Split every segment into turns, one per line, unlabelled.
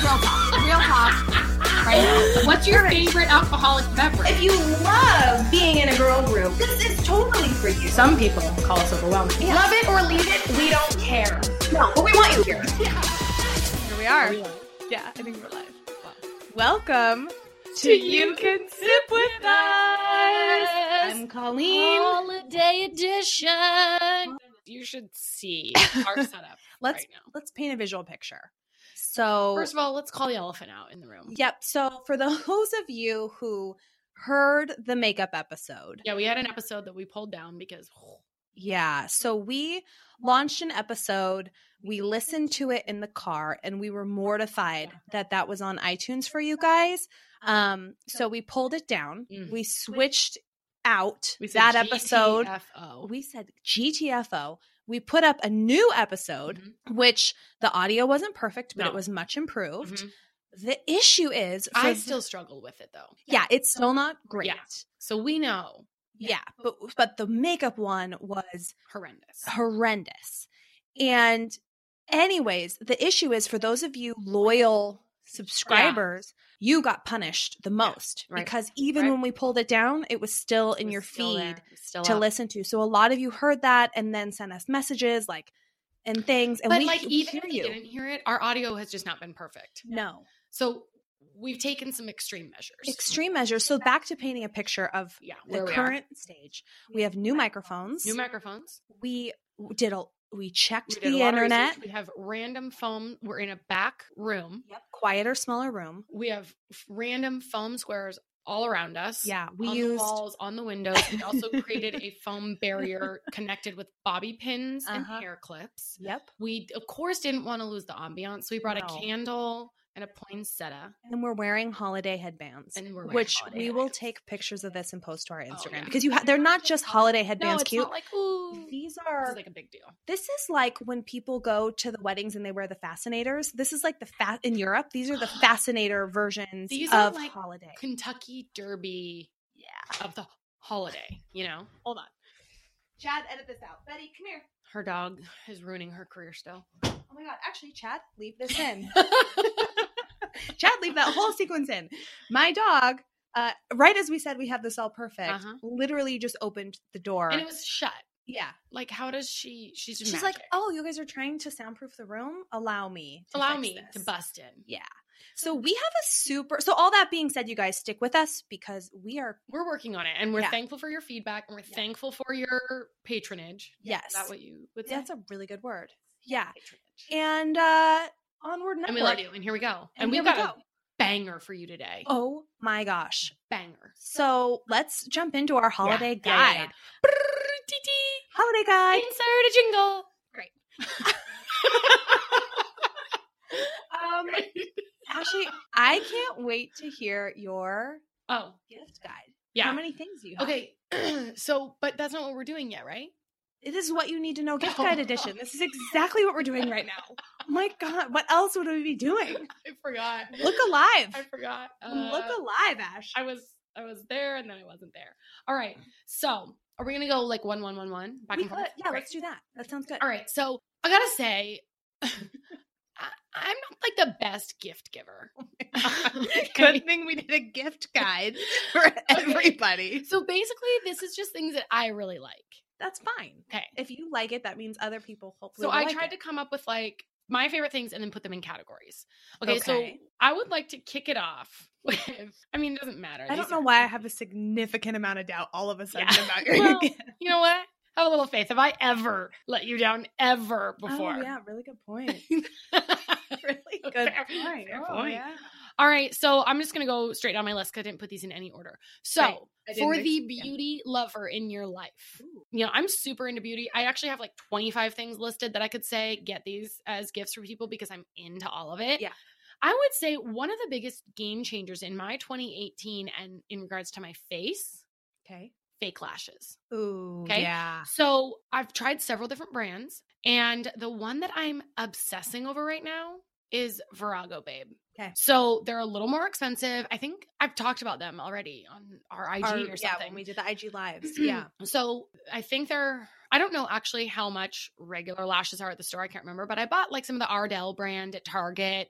talk. Real talk. Right now. What's your favorite alcoholic beverage?
If you love being in a girl group, this is totally for you.
Some people call us overwhelming.
Love it or leave it, we don't care. No, but we want you here.
Here we are. Yeah, I think we're live. Welcome to You Can Sip With Us.
I'm Colleen.
Holiday edition.
You should see our setup
Let's-
right now.
Let's paint a visual picture. So,
First of all, let's call the elephant out in the room.
yep. So, for those of you who heard the makeup episode,
Yeah, we had an episode that we pulled down because
Yeah. So we launched an episode. We listened to it in the car and we were mortified that that was on iTunes for you guys. Um, so we pulled it down.
Mm.
We switched out
we said
that episode.
GTFO.
We said GTFO. We put up a new episode,
Mhm,
which the audio wasn't perfect, but
No.
it was much improved.
mhm.
The issue is, for
I
th-
still struggle with it though.
yeah, it's still not great. Yeah.
So we know
but but the makeup one was
horrendous.
horrendous. And, anyways, the issue is for those of you loyal subscribers, you got punished the most
right,
because even
right.
when we pulled it down, it was still in your feed
Still
to
up.
listen to. So, a lot of you heard that and then sent us messages like and things. And
but
we
like
can
even
hear
if you
you.
didn't hear it, our audio has just not been perfect.
No
So we've taken some extreme measures.
extreme measures. So, back to painting a picture of
yeah,
the
where we
current stage, we have new microphones.
are. new microphones.
we did a we checked
We did a
the
lot of research.
internet.
We have random foam. We're in a back room.
Yep, quieter, smaller room.
We have f- random foam squares all around us.
Yeah, we
on the
used
walls, on the windows. We also created a foam barrier connected with bobby pins
Uh-huh.
and hair clips.
Yep.
We of course didn't want to lose the ambiance, so we brought
No.
a candle and a poinsettia.
And we're wearing holiday headbands,
And we're wearing
which
holiday
we will
headbands.
take pictures of this and post to our Instagram
yeah.
because you ha- they're not just holiday
No,
headbands
it's
cute.
not like ooh.
These
This
are
is like a big deal.
this is like when people go to the weddings and they wear the fascinators. This is like the fat in Europe. These are the fascinator versions
These are
of
like
holiday.
Kentucky Derby yeah. of the holiday, you know? Hold on.
Chad, edit this out. Betty, come here.
Her dog is ruining her career still.
Oh my god! Actually, Chad, leave this in. Chad, leave that whole sequence in. My dog. Uh, right as we said we have this all perfect,
Uh-huh.
literally just opened the door.
and it was shut.
yeah,
Like, how does she? She's just
She's like,
magic.
"Oh, you guys are trying to soundproof the room. Allow me. To
allow
fix
me to
this."
bust in.
Yeah. So we have a super. So all that being said, you guys stick with us because we are.
We're working on it, and we're
Yeah.
thankful for your feedback, and we're
Yeah.
thankful for your patronage.
Yes,
Is that what you would say?
that's a really good word. Yeah.
patronage.
And uh onward network.
And we love you. And here we go. And,
And
we've
here
got
we
a
go.
banger for you today.
Oh my gosh.
Banger
So let's jump into our holiday
Yeah, yeah, yeah,
guide.
yeah. Brrrr, tee, tee.
Holiday guide.
Insert a jingle. Great.
Um, Ashley, I can't wait to hear your
oh,
gift guide. How
yeah.
many things you have?
Okay. so, but that's not what we're doing yet, right?
This is what you need to know gift
No.
guide edition. This is exactly what we're doing right now. Oh my God, what else would we be doing?
I forgot.
Look alive.
I forgot.
Look
Uh,
alive, Ash.
I was I was there and then I wasn't there. All right. So are we gonna go like one one one one back
We
and
could-
forth?
yeah,
Great.
let's do that. That sounds good.
All right. So I gotta say, I, I'm not like the best gift giver.
Oh
Okay?
thing we did a gift guide for everybody.
So basically, this is just things that I really like.
That's fine.
Okay.
If you like it, that means other people hopefully.
So
will
I
like
tried
it.
to come up with like my favorite things and then put them in categories. Okay, so
Okay.
I would like to kick it off with I mean it doesn't matter.
I
These
don't know
are-
why I have a significant amount of doubt all of a sudden
Yeah.
about your
Well,
gift.
You know what? Have a little faith. Have I ever let you down ever before?
Oh, yeah, really good point. Really good
Fair-
point.
fair
Oh,
point.
yeah.
All right, so I'm just gonna go straight down my list 'cause I didn't put these in any order. So
Right. I didn't
for
mix-
the
yeah.
beauty lover in your life,
Ooh.
you know, I'm super into beauty. I actually have like 25 things listed that I could say get these as gifts for people because I'm into all of it.
Yeah.
I would say one of the biggest game changers in my 2018 and in regards to my face,
Okay.
fake lashes.
Ooh.
Okay.
Yeah.
So I've tried several different brands, and the one that I'm obsessing over right now is Virago Babe.
Okay.
So they're a little more expensive. I think I've talked about them already on our IG
Our-
or something.
Yeah, when we did the IG lives. yeah.
So I think they're. I don't know actually how much regular lashes are at the store. I can't remember, but I bought like some of the Ardell brand at Target,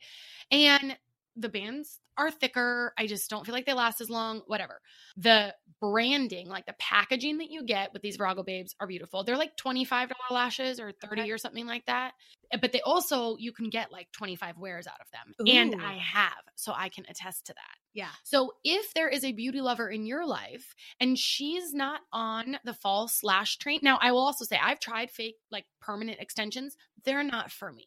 and the bands are thicker. I just don't feel like they last as long, whatever. The branding, like the packaging that you get with these Virago Babes are beautiful. They're like $25 lashes or 30 or something like that. eh, But they also, you can get like 25 wears out of them. And
Ooh.
I have, so I can attest to that.
Yeah.
So if there is a beauty lover in your life and she's not on the false lash train, now I will also say I've tried fake like permanent extensions. They're not for me.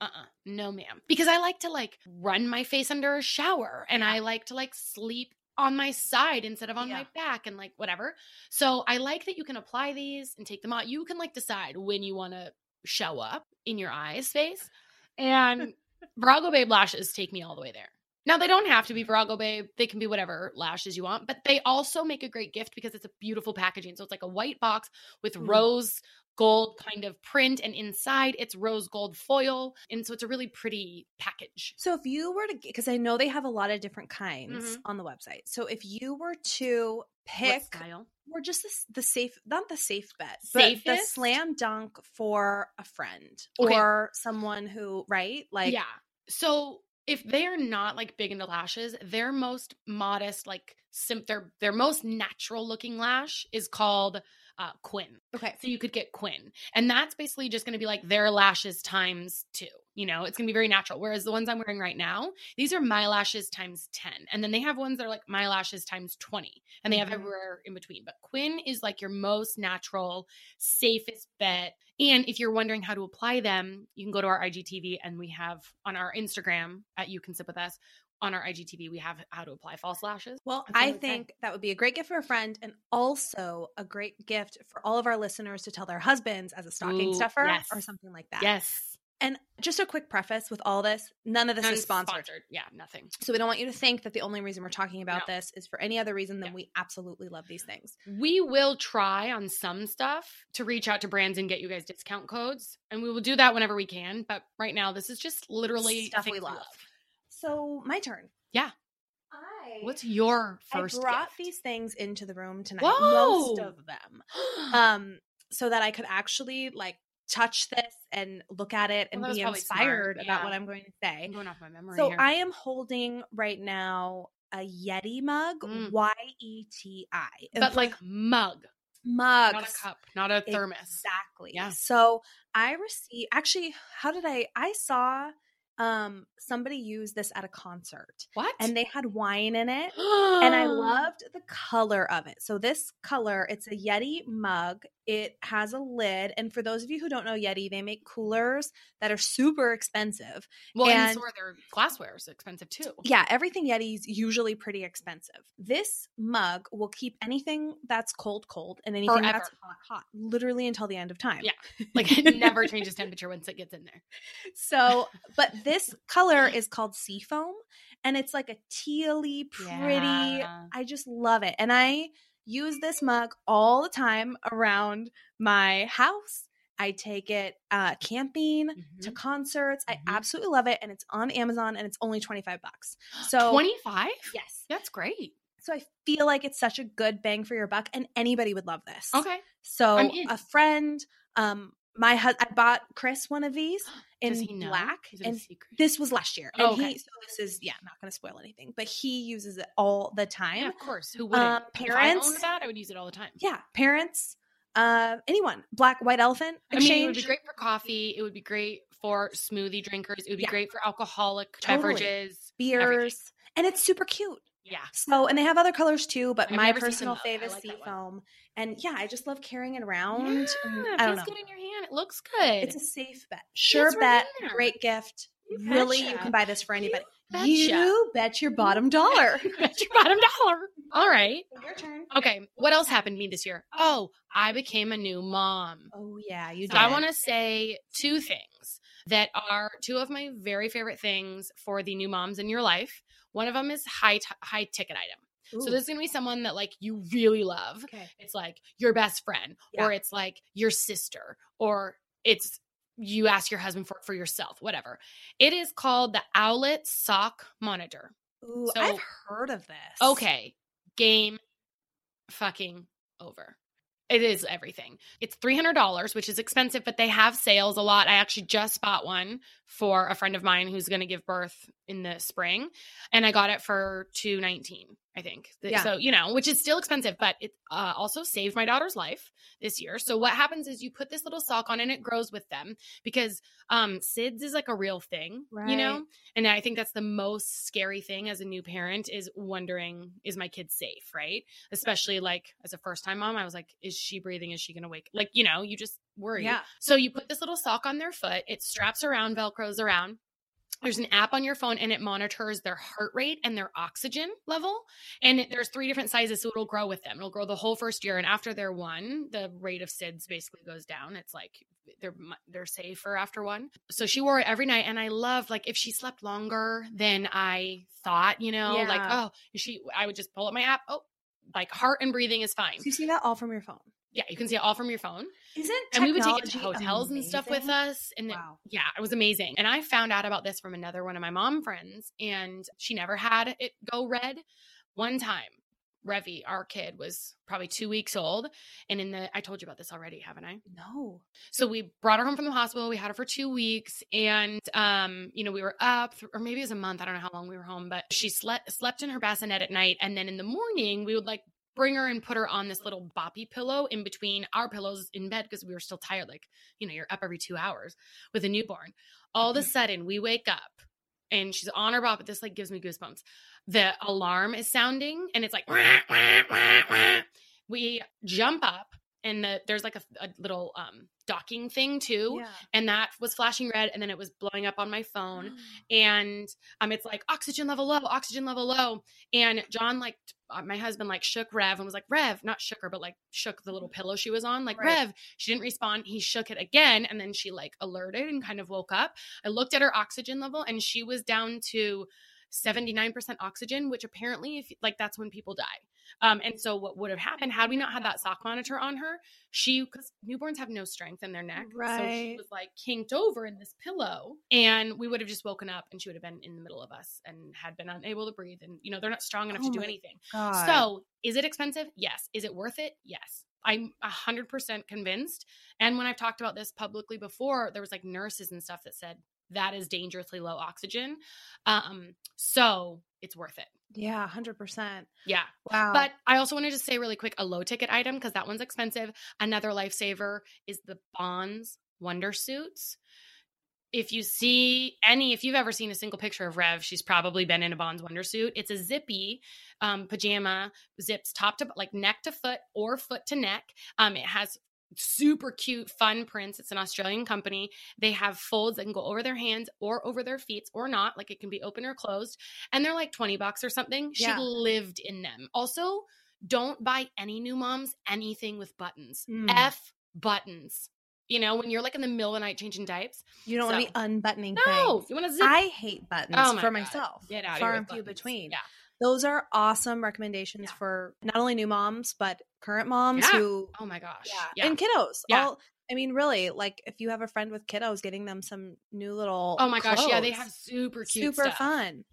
Uh-uh. No, ma'am. Because I like to like run my face under a shower and I like to like sleep on my side instead of on my
Yeah.
back and like whatever. So I like that you can apply these and take them out. You can like decide when you want to show up in your eye space. And Virago Babe lashes take me all the way there. Now they don't have to be Virago Babe. They can be whatever lashes you want, but they also make a great gift because it's a beautiful packaging. So it's like a white box with
Mm.
rose gold kind of print and inside it's rose gold foil and so it's a really pretty package.
So if you were to, because I know they have a lot of different kinds
Mhm.
on the website. So if you were to
What
pick,
style?
or just the, s- the safe, not the safe bet, but the
Safest?
slam dunk for a friend
Okay.
or someone who, right? Like,
yeah. So if they're not like big into lashes, their most modest, like sim- their their most natural looking lash is called uh, Quinn.
okay,
So you could get Quinn, and that's basically just going to be like their lashes times two. You know, it's going to be very natural. Whereas the ones I'm wearing right now, these are my lashes times ten, and then they have ones that are like my lashes times twenty, and they have
Mhm.
everywhere in between. But Quinn is like your most natural, safest bet. And if you're wondering how to apply them, you can go to our IGTV and we have on our Instagram at You Can Sip With Us. On our IGTV, we have how to apply false lashes.
Well,
That's what
I
would say.
think that would be a great gift for a friend and also a great gift for all of our listeners to tell their husbands as a stocking
Ooh,
stuffer
yes.
or something like that.
Yes.
And just a quick preface with all this none of this is sponsored.
Unsponsored. Yeah, nothing.
So we don't want you to think that the only reason we're talking about this is for any other reason than
Yeah.
we absolutely love these things.
We will try on some stuff to reach out to brands and get you guys discount codes, and we will do that whenever we can. But right now, this is just literally
Stuff we
things
love. So my turn.
Yeah.
I
What's your first?
I brought
gift?
these things into the room tonight. Most
Whoa!
of them. Um, so that I could actually like touch this and look at it and
that was
be
probably smart,
inspired about
yeah.
what I'm going to say.
I'm going off my memory.
So
here.
I am holding right now a Yeti mug,
Mm.
Y E T I,
but like mug,
mug,
not a cup, not a thermos.
exactly.
Yeah.
So I received actually. How did I? I saw um somebody use this at a concert,
What?
and they had wine in it.
and
And I loved the color of it. So this color, it's a Yeti mug. It has a lid, and for those of you who don't know Yeti, they make coolers that are super expensive.
Well, and,
and-
so are their glassware is expensive too.
Yeah, everything Yeti's usually pretty expensive. This mug will keep anything that's cold cold and anything
Forever.
that's hot hot, literally until the end of time.
Yeah. Like it never changes temperature once it gets in there.
So, but this color is called seafoam and it's like a tealy, pretty.
Yeah.
I just love it. And I use this mug all the time around my house. I take it uh, camping
Mm-hmm.
to concerts.
Mhm.
I absolutely love it. And it's on Amazon and it's only 25 bucks. So,
twenty five.
yes.
That's great.
So I feel like it's such a good bang for your buck, and anybody would love this.
Okay.
So
I'm in.
a friend, um, my hus- I bought Chris one of these in
Does he know?
black,
Is it a
and
secret?
this was last year. and
Oh, okay.
he, so this is yeah, I'm not going to spoil anything, but he uses it all the time.
Yeah, of course. Who wouldn't?
Um,
if I
parents-
owned that, I would use it all the time.
Yeah, parents, uh, anyone, black, white elephant
I mean, it would
exchange.
be great for coffee. It would be great for smoothie drinkers. It would be
Yeah.
great for alcoholic
Totally.
beverages.
beers, and it's super cute.
Yeah.
So, and they have other colors too, but
I've
my
never seen
personal
the mug. I
fave is
like that one.
seafoam. And yeah, I just love carrying it
Yeah,
around.
it
and
feels
I don't know.
good in your hand. It looks good.
It's a safe bet. Sure
right
bet.
there.
Great gift.
You
really, you
betcha.
can buy this for anybody.
betcha.
You bet your bottom dollar.
Bet your bottom dollar. All right.
Your turn.
Okay. What else happened to me this year? Oh, I became a new mom.
Oh yeah, you.
So I want to say two things that are two of my very favorite things for the new moms in your life. One of them is high t- high ticket item.
to.
So this is going to be someone that like you really love.
Okay.
It's like your best friend or it's like your sister or it's you ask your husband for it for yourself, whatever. It is called the Owlet Sock Monitor.
Ooh,
so-
I've heard of this.
Okay. Game fucking over. It is everything. It's $300, which is expensive, but they have sales a lot. I actually just bought one for a friend of mine who's going to give birth in the spring, and I got it for two nineteen, I think. Th-
Yeah.
So you know, which is still expensive, but it uh, also saved my daughter's life this year. So what happens is you put this little sock on, and it grows with them because um, SIDS is like a real thing, you know. And I think that's the most scary thing as a new parent is wondering, is my kid safe, right? Especially like as a first time mom, I was like, is she breathing? Is she going to wake? Like, you know, you just worry.
Yeah.
So you put this little sock on their foot, it straps around, Velcros around. There's an app on your phone and it monitors their heart rate and their oxygen level. And it- there's three different sizes, so it'll grow with them. It'll grow the whole first year. And after they're one, the rate of SIDS basically goes down. It's like they're mu- they're safer after one. So she wore it every night, and I loved like if she slept longer than I thought, you know, like
Yeah.
oh she, I would just pull up my app. Oh, like heart and breathing is fine.
So you see that all from your phone.
Yeah, you can see it all from your phone,
Isn't
and we would take it to hotels and stuff with
amazing?
us, and it-
Wow.
yeah, it was amazing. And I found out about this from another one of my mom friends, and she never had it go red. One time, Revy, our kid, was probably two weeks old. And in the, I told you about this already, haven't I?
No.
So we brought her home from the hospital. We had her for two weeks, and um, you know, we were up, or maybe it was a month. I don't know how long we were home, but she slept slept in her bassinet at night, and then in the morning we would like bring her and put her on this little boppy pillow in between our pillows in bed because we were still tired. Like you know, you're up every two hours with a newborn. All of a sudden, we wake up. And she's on her bop. This like gives me goosebumps. The alarm is sounding, and it's like "Wah, wah, wah, wah." we jump up, and the, there's like a, a little um, docking thing too and that was flashing red and then it was blowing up on my phone and um it's like oxygen level low oxygen level low and john like t- uh, my husband like shook rev and was like rev not shook her but like shook the little pillow she was on like
Mm-hmm. Right.
rev she didn't respond he shook it again and then she like alerted and kind of woke up i looked at her oxygen level and she was down to 79% oxygen which apparently if like that's when people die um, and so what would have happened had we not had that sock monitor on her she because newborns have no strength in their neck so she
Right.
was like kinked over in this pillow and we would have just woken up and she would have been in the middle of us and had been unable to breathe and you know they're not strong enough
Oh
to do
my
anything
God.
so is it expensive yes is it worth it yes i'm 100% convinced and when i've talked about this publicly before there was like nurses and stuff that said that is dangerously low oxygen um so it's worth it
yeah, hundred percent.
yeah
Wow.
but I also wanted to say really quick a low ticket item because that one's expensive. Another lifesaver is the Bonds Wonder Suits. If you see any, if you've ever seen a single picture of Rev, she's probably been in a Bonds Wonder Suit. It's a zippy um, pajama, zips top to like neck to foot or foot to neck. Um, it has super cute, fun prints. It's an Australian company. They have folds that can go over their hands or over their feet or not. Like it can be open or closed and they're like 20 bucks or something. She
Yeah.
lived in them. Also, don't buy any new moms anything with buttons.
Mm.
F buttons. You know, when you're like in the middle of the night changing diapes.
you don't want to be
so-
unbuttoning.
No,
things.
you want to zip
I hate buttons
Oh my
for
God.
myself.
get out
far
of here
and
with
few
buttons.
between.
Yeah.
Those are awesome recommendations
Yeah.
for not only new moms but current moms
Yeah.
who
Oh my gosh.
yeah.
Yeah.
and kiddos.
Yeah.
All, I mean, really, like if you have a friend with kiddos, getting them some new little.
oh my gosh. Yeah, they
clothes.
have super cute
super
stuff.
fun.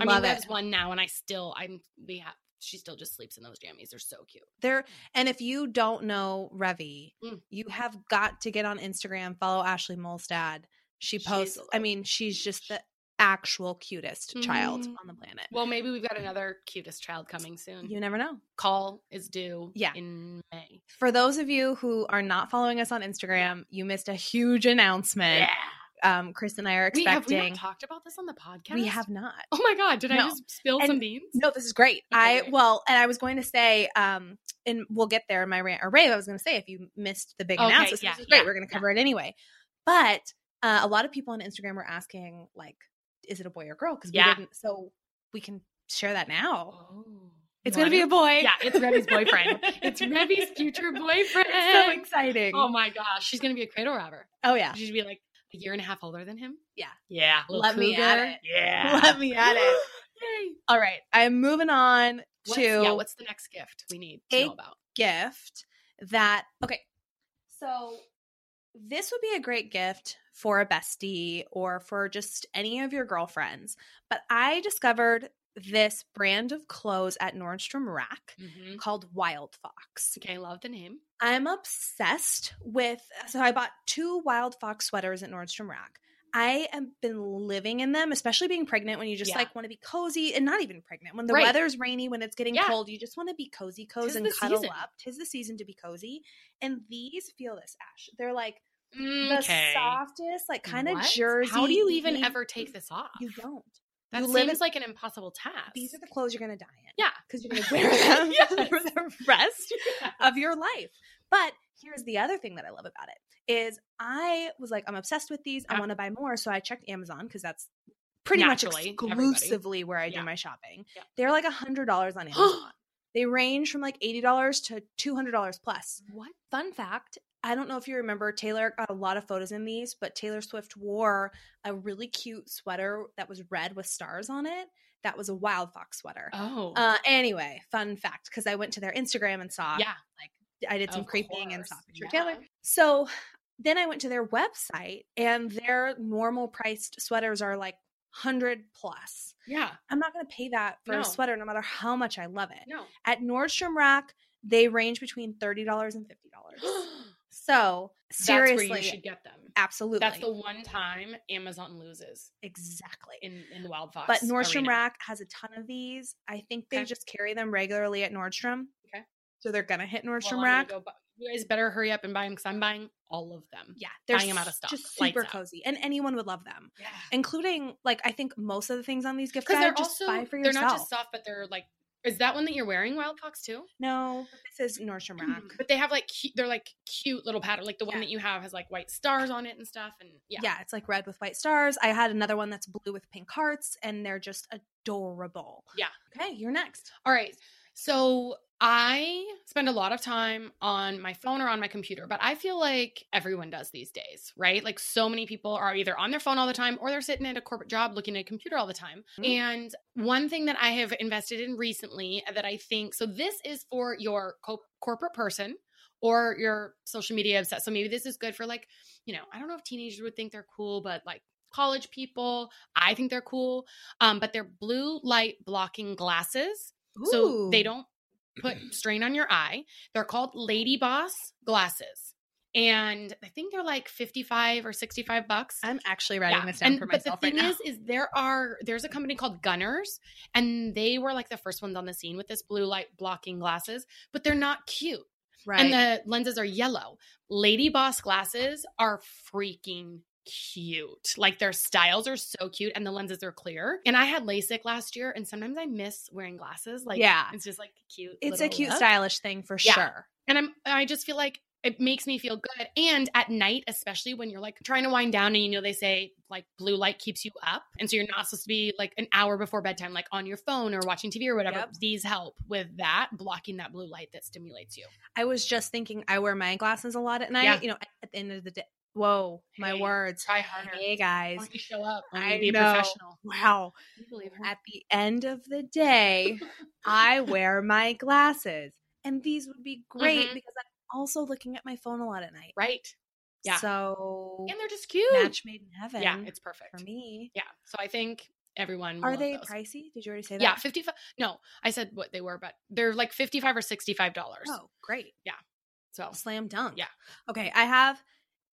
I mean,
Love it.
there's one now, and I still, I'm, we have, she still just sleeps in those jammies. They're so cute.
There and if you don't know Revi,
Mm.
you have got to get on Instagram, follow Ashley Molstad. She
She's
posts
the
I mean, she's just the actual cutest child
Mhm.
on the planet.
Well, maybe we've got another cutest child coming soon.
You never know.
Call is due
Yeah.
in May.
For those of you who are not following us on Instagram, you missed a huge announcement. Um, Chris and I are
We have we
expecting.
not talked about this on the podcast.
We have not.
Oh my god! Did I
No.
just spill some
And-
beans?
No, this is great.
Okay,
I
great.
well, and I was going to say, um, and we'll get there in my rant or rave. I was going to say if you missed the big
Okay,
announcement, so
yeah,
this is great.
yeah,
We're going to
yeah.
cover it anyway. But uh, a lot of people on Instagram were asking, like, is it a boy or girl? Because
Yeah.
we didn't, so we can share that now.
Oh,
It's going to be a boy.
yeah. It's Rebby's boyfriend. it's Rebby's future boyfriend.
so exciting.
oh my gosh, she's gonna be a cradle robber.
oh yeah,
She'd be like a year and a half older than him.
Yeah.
yeah. Little
Let me at
cougar.
it.
Yeah,
let me at it.
Yay.
All right, I'm moving on
What's,
to
yeah, what's the next gift we need to
Egg-
know about?
gift that okay so this would be a great gift for a bestie or for just any of your girlfriends but i discovered this brand of clothes at nordstrom rack
Mm-hmm.
called wild fox
Okay, love the name.
i'm obsessed with so i bought two wild fox sweaters at nordstrom rack I have been living in them, especially being pregnant when you just
Yeah.
like want to be cozy and not even pregnant. When the
Right.
weather's rainy, when it's getting
Yeah.
cold, you just want to be cozy,
Tis
cozy, and
the
cuddle
season.
up. Tis the season to be cozy. And these feel this, Ash. They're like the
Okay.
softest, like kind of
What?
jersey.
How do you even
evening-
ever take this off?
You don't.
That
you
seems
live in-
like an impossible task.
These are the clothes you're going to die in.
Yeah.
Because you're going to wear them
Yes.
for the rest of your life. But here's the other thing that I love about it is I was like, I'm obsessed with these. I
Yeah.
want to buy more. So I checked Amazon because that's pretty
Naturally,
much
everybody.
exclusively where I
Yeah.
do my shopping.
Yeah.
They're like $100 on Amazon. they range from like $80 to $200 plus.
what?
Fun fact I don't know if you remember, Taylor got a lot of photos in these, but Taylor Swift wore a really cute sweater that was red with stars on it. That was a wild fox sweater.
Oh.
Uh, anyway, fun fact because I went to their Instagram and saw,
yeah.
I did some
of
creeping and saw
course.
picture
Yeah.
Taylor. So then I went to their website and their normal priced sweaters are like 100 plus.
Yeah.
I'm not going to pay that for
No.
a sweater no matter how much I love it.
No.
At Nordstrom Rack, they range between $30 and $50. So seriously,
That's where you should get them.
absolutely,
That's the one time Amazon loses
exactly.
in, in the Wild Fox.
But Nordstrom
arena.
Rack has a ton of these. I think they
Okay.
just carry them regularly at Nordstrom.
Okay.
so they're gonna hit
Well,
Nordstrom
I'm gonna
Rack.
go bu- you guys better hurry up and buy them because I'm buying all of them.
yeah, they're
buying 'em out of
s-
stock.
Just
Lights
super
out.
cozy, and anyone would love them,
Yeah.
including like I think most of the things on these gift
Because they're
guides. Just
also
buy for
they're
yourself.
not just soft, but they're like is that one that you're wearing, Wild Fox too?
no, this is Nordstrom Rack.
But they have like cu- they're like cute little pattern, like the one
Mm-hmm. Yeah.
that you have has like white stars on it and stuff. And yeah,
Yeah. it's like red with white stars. I had another one that's blue with pink hearts, and they're just adorable.
Yeah.
Okay, you're next.
All right. So I spend a lot of time on my phone or on my computer, but I feel like everyone does these days, right? Like so many people are either on their phone all the time or they're sitting at a corporate job looking at a computer all the time.
Mhm.
And one thing that I have invested in recently that I think so this is for your co- corporate person or your social media obsessed. So maybe this is good for like, you know, I don't know if teenagers would think they're cool, but like college people, I think they're cool. Um, but they're blue light blocking glasses. So they
Ooh.
don't put strain on your eye. They're called Lady Boss glasses. And I think they're like 55 or 65 bucks.
I'm actually writing
Yeah.
this down
And-
for
but
myself
the thing
right now.
is, is there are there's a company called Gunners, and they were like the first ones on the scene with this blue light blocking glasses, but they're not cute,
right.
and the lenses are yellow. Lady Boss glasses are freaking cute. Like their styles are so cute, and the lenses are clear. And I had LASIK last year, and sometimes I miss wearing glasses. Like
yeah.
it's just like cute.
It's a
little
cute
look.
stylish thing for
Yeah.
sure.
And I'm I just feel like it makes me feel good. And at night, especially when you're like trying to wind down and you know they say like blue light keeps you up. And so you're not supposed to be like an hour before bedtime, like on your phone or watching TV or whatever.
Yep.
These help with that, blocking that blue light that stimulates you.
I was just thinking I wear my glasses a lot at night,
Yeah.
you know, at the end of the day. Whoa, my
Hey,
words.
Try harder.
Hey guys.
Why don't you show up? Why don't
I
you be a
know.
professional.
Wow.
Can you believe her?
At the end of the day, I wear my glasses. And these would be great
Mhm.
because I'm also looking at my phone a lot at night.
right. Yeah.
So
And they're just cute.
match made in heaven
Yeah, it's perfect.
for me.
Yeah. So I think everyone will
Are
love
they
those.
pricey? Did you already say that?
Yeah, fifty five. No, I said what they were, but they're like fifty five or sixty five dollars.
Oh, great.
So
Slam dunk.
Oh. Yeah.
Okay, I have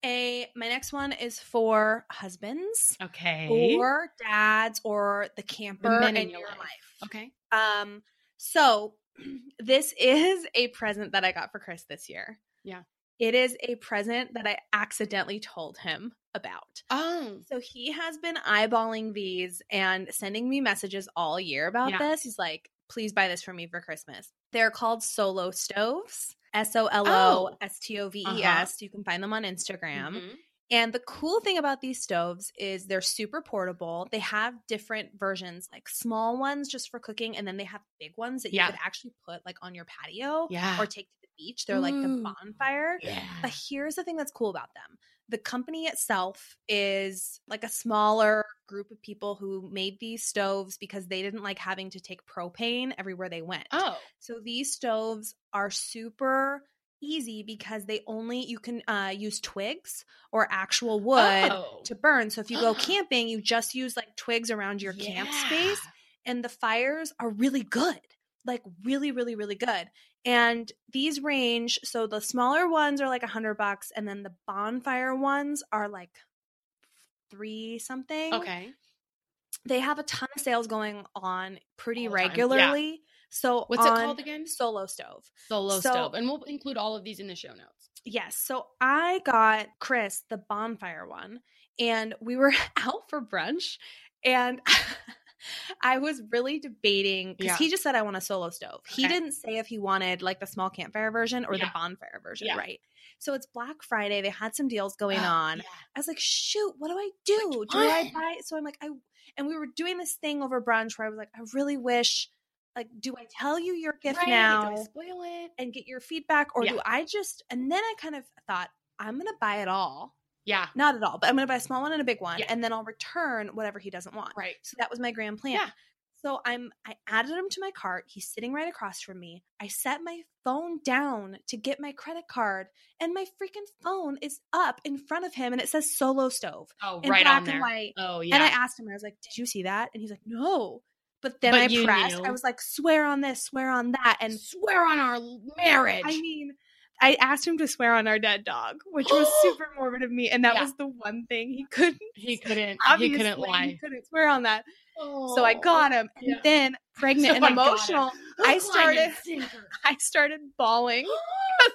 a my next one is for husbands
okay,
or dads or the camper
men
in,
in
your
your
life.
life. okay,
Um so this is a present that I got for Chris this year.
Yeah.
It is a present that I accidentally told him about.
oh,
So he has been eyeballing these and sending me messages all year about
Yeah.
this. He's like, please buy this for me for Christmas. They're called solo stoves. S O L O S T O V E
Oh. Uh-huh.
S. You can find them on Instagram.
Mhm.
And the cool thing about these stoves is they're super portable. They have different versions, like small ones just for cooking, and then they have big ones that
Yeah.
you could actually put like on your patio
yeah,
or take to the beach. They're like
Ooh.
the bonfire.
yeah,
But here's the thing that's cool about them. The company itself is like a smaller group of people who made these stoves because they didn't like having to take propane everywhere they went.
oh,
So these stoves are super easy because they only you can uh, use twigs or actual wood
oh.
to burn. So if you go camping, you just use like twigs around your camp space
Yeah.
and the fires are really good like really really really good and these range so the smaller ones are like a hundred bucks and then the bonfire ones are like three something.
Okay.
They have a ton of sales going on pretty
All the time. Yeah.
regularly. So
What's it
on
called again?
Solo Stove.
Solo
so-
stove. And we'll include all of these in the show notes.
Yes. So I got Chris the bonfire one, and we were out for brunch, and I was really debating because
Yeah.
he just said I want a solo stove. He
Okay.
didn't say if he wanted like the small campfire version or the
Yeah.
bonfire version,
Yeah.
right? So it's Black Friday. They had some deals going
Oh,
on.
yeah.
I was like, shoot, what do I do? Do I
one?
buy? So I'm like, I and we were doing this thing over brunch where I was like, I really wish, like, do I tell you your gift
Right, do I
now?
spoil it.
and get your feedback or
Yeah.
do I just and then I kind of thought I'm going to buy it all.
Yeah.
Not at all, but I'm going to buy a small one and a big one
Yeah.
and then I'll return whatever he doesn't want.
Right.
So that was my grand plan.
Yeah.
So I'm I added him to my cart. He's sitting right across from me. I set my phone down to get my credit card and my freaking phone is up in front of him and it says solo stove
Oh,
in
right
black
on there.
and white.
Oh, yeah.
And I asked him, I was like, "Did you see that?" And he's like, "No." But then
But
I
you
pressed. I
knew.
was like, "Swear on this, swear on that." And
swear on our marriage.
I mean, I asked him to swear on our dead dog, which was super morbid of me, and that
Yeah.
was the one thing he couldn't.
he couldn't.
Obviously,
he couldn't lie. Oh,
couldn't swear on that. So I got him, and
yeah.
then pregnant
So
and
I got him.
emotional,
Hook,
I
line, and
started-
sinker.
I started bawling.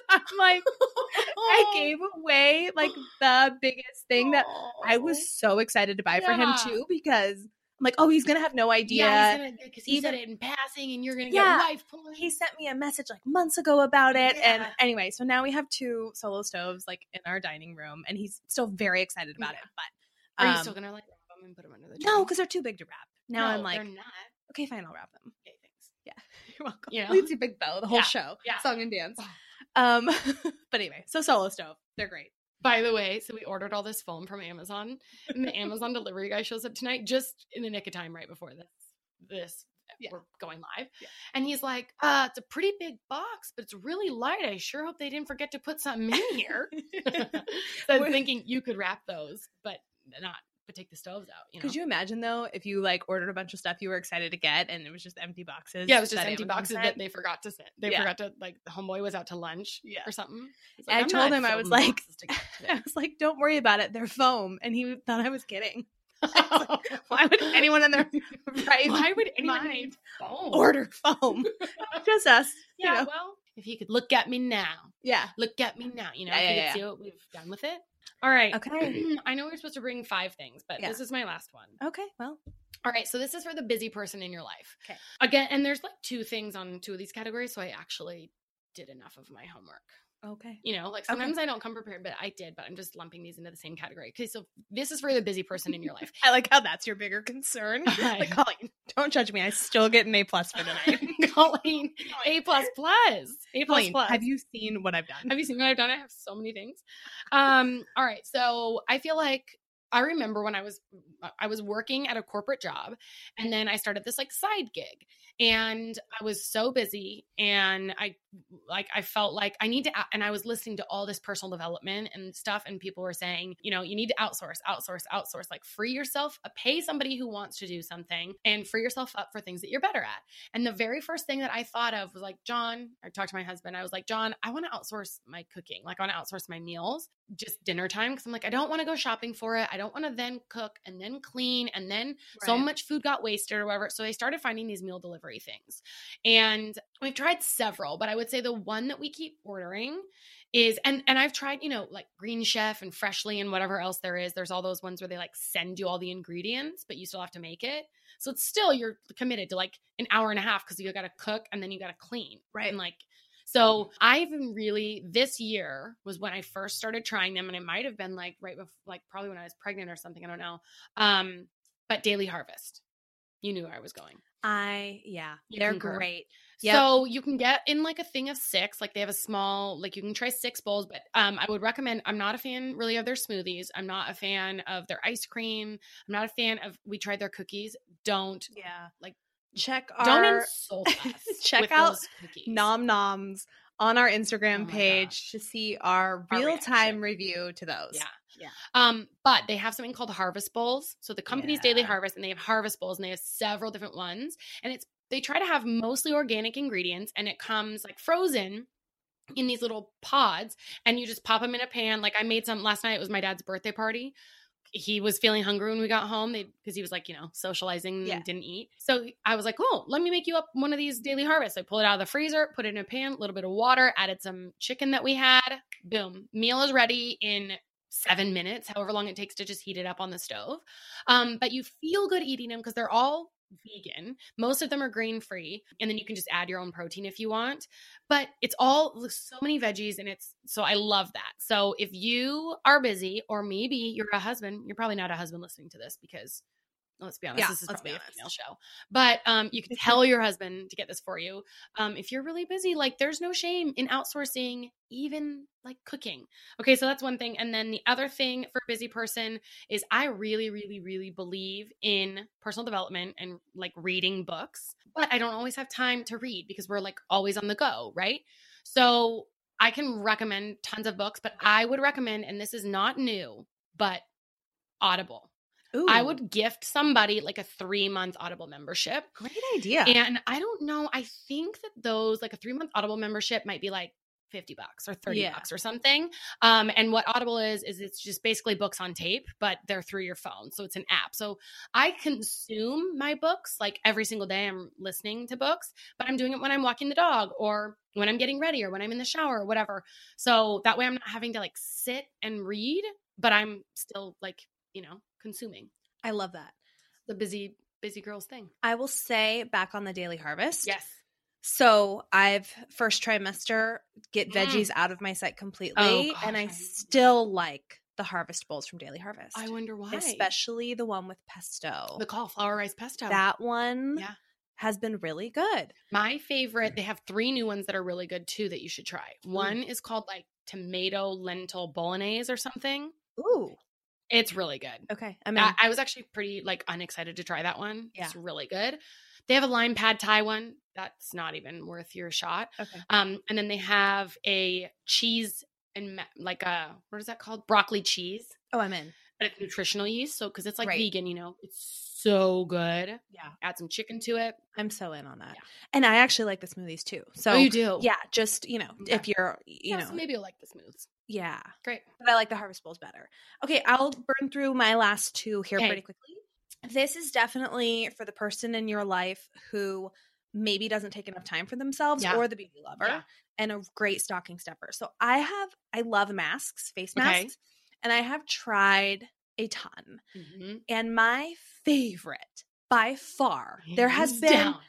I'm like, I gave away like the biggest thing that I was so excited to buy for him
Oh. Yeah.
too because I'm like, oh, he's gonna have no idea.
Yeah, because he said
Even-
it in passing, and you're gonna
Yeah.
get life points.
he sent me a message like months ago about it and
Yeah.
anyway so now we have two solo stoves like in our dining room and he's still very excited about
Yeah.
it but
Are you
um,
still gonna like wrap them and put them under the tree?
no because they're too big to wrap now i'm
No,
like
they're not.
okay fine i'll wrap them
Okay, thanks.
you're welcome
You know?
leads you big bow the whole
Yeah.
show
Yeah.
song and dance
Oh.
um but anyway so solo stove they're great
By the way, so we ordered all this foam from Amazon, and the Amazon delivery guy shows up tonight, just in the nick of time, right before this. This
Yeah.
we're going live,
Yeah.
and he's like, "Uh, it's a pretty big box, but it's really light. I sure hope they didn't forget to put something in here." so I was
We're-
thinking you could wrap those, but not, but take the stoves out. You know?
could you imagine though if you like ordered a bunch of stuff you were excited to get and it was just empty boxes
yeah, it was just
that
empty
Amazon
boxes
sent?
that they forgot to send. They
Yeah.
forgot to like. The homeboy was out to lunch,
Yeah.
or something. He's
I
"I'm
told
not
him I was
folding
like-
boxes together
I
today."
was like, don't worry about it. They're foam. And he thought I was kidding. Why would anyone in their right
Why would anyone
mind
need foam?
order foam? Just us. you
yeah,
know.
well, if he could look at me now,
Yeah.
look at me now. You know,
Yeah,
if he
yeah,
could see what we've done with it. All right.
Okay.
I know we're supposed to bring five things, but
Yeah.
this is my last one.
Okay. Well,
All right. So this is for the busy person in your life.
Okay.
Again, and there's like two things on two of these categories. So I actually did enough of my homework.
okay.
You know, like
Okay.
sometimes I don't come prepared, but I did, but I'm just lumping these into the same category. Okay. So this is for the busy person in your life.
I like how that's your bigger concern.
Hi.
Like, Colleen, don't judge me. I still get an A plus for tonight.
Colleen, A plus plus. A plus
Colleen,
plus.
have you seen what I've done?
Have you seen what I've done? I have so many things. Um, all right. So I feel like I remember when I was uh, I was working at a corporate job and then I started this like side gig and I was so busy and I like I felt like I need to out- and I was listening to all this personal development and stuff and people were saying, you know, you need to outsource, outsource, outsource, like free yourself, uh, pay somebody who wants to do something and free yourself up for things that you're better at. And the very first thing that I thought of was like, John, I talked to my husband. I was like, John, I want to outsource my cooking. Like, I want to outsource my meals, just dinner time. Cause I'm like, I don't want to go shopping for it. I don't want to then cook and then clean. And then so
Right.
much food got wasted or whatever. So I started finding these meal delivery things. And we've tried several, but I would say the one that we keep ordering is and and I've tried, you know, like Green Chef and Freshly and whatever else there is. There's all those ones where they like send you all the ingredients, but you still have to make it. So it's still you're committed to like an hour and a half because you got to cook and then you got to clean,
Right.
And like, so I've been really this year was when I first started trying them, and it might have been like right before, like probably when I was pregnant or something. I don't know. Um, but Daily Harvest, you knew where I was going.
I, yeah.
You
they're
concur.
great. Yep.
So you can get in like a thing of six. Like they have a small, like you can try six bowls, but um, I would recommend. I'm not a fan really of their smoothies. I'm not a fan of their ice cream. I'm not a fan of. We tried their cookies. Don't
Yeah.
Like,
check
don't
our
insult us.
Check
with
out
those cookies.
nom noms on our Instagram
Oh my
page
gosh.
to see our
Our
real time
reaction.
review to those.
Yeah.
Yeah.
Um, but they have something called Harvest Bowls. So the company's Daily
Yeah.
Harvest, and they have Harvest Bowls, and they have several different ones. And it's they try to have mostly organic ingredients, and it comes like frozen in these little pods, and you just pop them in a pan. Like I made some last night. It was my dad's birthday party. he was feeling hungry when we got home because he was like, you know, socializing
Yeah.
and didn't eat. So I was like, cool, let me make you up one of these daily harvests. I pulled it out of the freezer, put it in a pan, a little bit of water, added some chicken that we had. Boom. Meal is ready in seven minutes, however long it takes to just heat it up on the stove. Um, but you feel good eating them because they're all vegan. Most of them are grain free. And then you can just add your own protein if you want. But it's all there's so many veggies and it's so I love that. So if you are busy or maybe you're a husband, you're probably not a husband listening to this because let's be honest,
Yeah,
this is
let's be
probably a
honest.
female show. But um, you can tell your husband to get this for you. Um, if you're really busy, like there's no shame in outsourcing even like cooking. Okay, so that's one thing. And then the other thing for a busy person is I really, really, really believe in personal development and like reading books, but I don't always have time to read because we're like always on the go, right? So I can recommend tons of books, but I would recommend, and this is not new, but Audible. I would gift somebody like a three month Audible membership.
Great idea.
And I don't know. I think that those like a three month Audible membership might be like fifty bucks or thirty
Yeah.
bucks or something. Um, and what Audible is is it's just basically books on tape, but they're through your phone, so it's an app. So I consume my books like every single day. I'm listening to books, but I'm doing it when I'm walking the dog or when I'm getting ready or when I'm in the shower or whatever. So that way I'm not having to like sit and read, but I'm still like you know consuming
I love that.
the busy busy girls thing.
I will say back on the daily harvest.
Yes.
So I've first trimester get
Mm.
veggies out of my set completely,
Oh, gosh,
and
I
I
know.
still like the harvest bowls from Daily Harvest,
I wonder why.
especially the one with pesto.
The cauliflower rice pesto.
That one
Yeah.
has been really good.
My favorite, they
Mm.
have three new ones that are really good too that you should try. One is called like tomato lentil bolognese or something.
Ooh,
It's really good.
okay. I mean,
I, I was actually pretty like unexcited to try that one.
Yeah.
It's really good. They have a lime pad thai one. That's not even worth your shot.
okay.
Um, and then they have a cheese and ma- like a what is that called? Broccoli cheese.
Oh, I'm in.
but it's nutritional yeast. So because it's like
Right.
vegan, you know, it's so good.
Yeah.
Add some chicken to it.
I'm so in on that.
Yeah.
And I actually like the smoothies too. So
oh, you do.
yeah, just you know,
Okay.
if you're you
Yeah,
know,
so maybe you'll like the smooths.
yeah,
Great.
but I like the harvest bowls better. Okay, I'll burn through my last two here
Okay.
pretty quickly. This is definitely for the person in your life who maybe doesn't take enough time for themselves
Yeah.
or the beauty lover
Yeah.
and a great stocking stuffer. So I have I love masks, face
Okay.
masks, and I have tried a ton.
Mhm.
And my favorite by far, there has
Hands
been
down.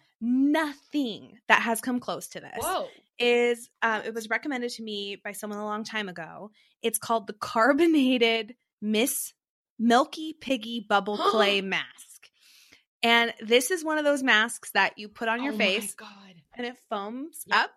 nothing that has come close to this
Whoa.
is um, it was recommended to me by someone a long time ago. It's called the carbonated Miss Milky Piggy Bubble Clay Mask. And this is one of those masks that you put on your
Oh my
face
God.
and it foams
Yeah.
up.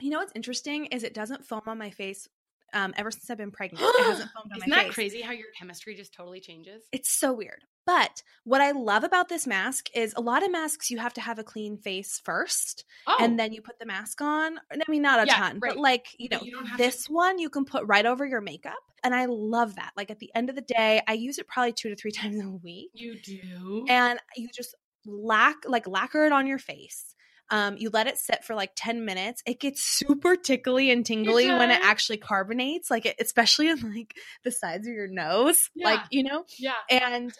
You know what's interesting is it doesn't foam on my face um, ever since I've been pregnant. it hasn't foamed on
Isn't
my
that
face.
crazy how your chemistry just totally changes?
It's so weird. But what I love about this mask is a lot of masks you have to have a clean face first
Oh,
and then you put the mask on. And I mean, not a
Yeah,
ton,
right.
but like you know,
But you don't have to-
this one you can put right over your makeup, and I love that. Like at the end of the day, I use it probably two to three times a week,
you do.
and you just lack like lacquer it on your face. Um, you let it sit for like 10 minutes. It gets super tickly and tingly when it
does.
actually carbonates, like it, especially in like the sides of your nose, like,
Yeah.
you know,
yeah.
and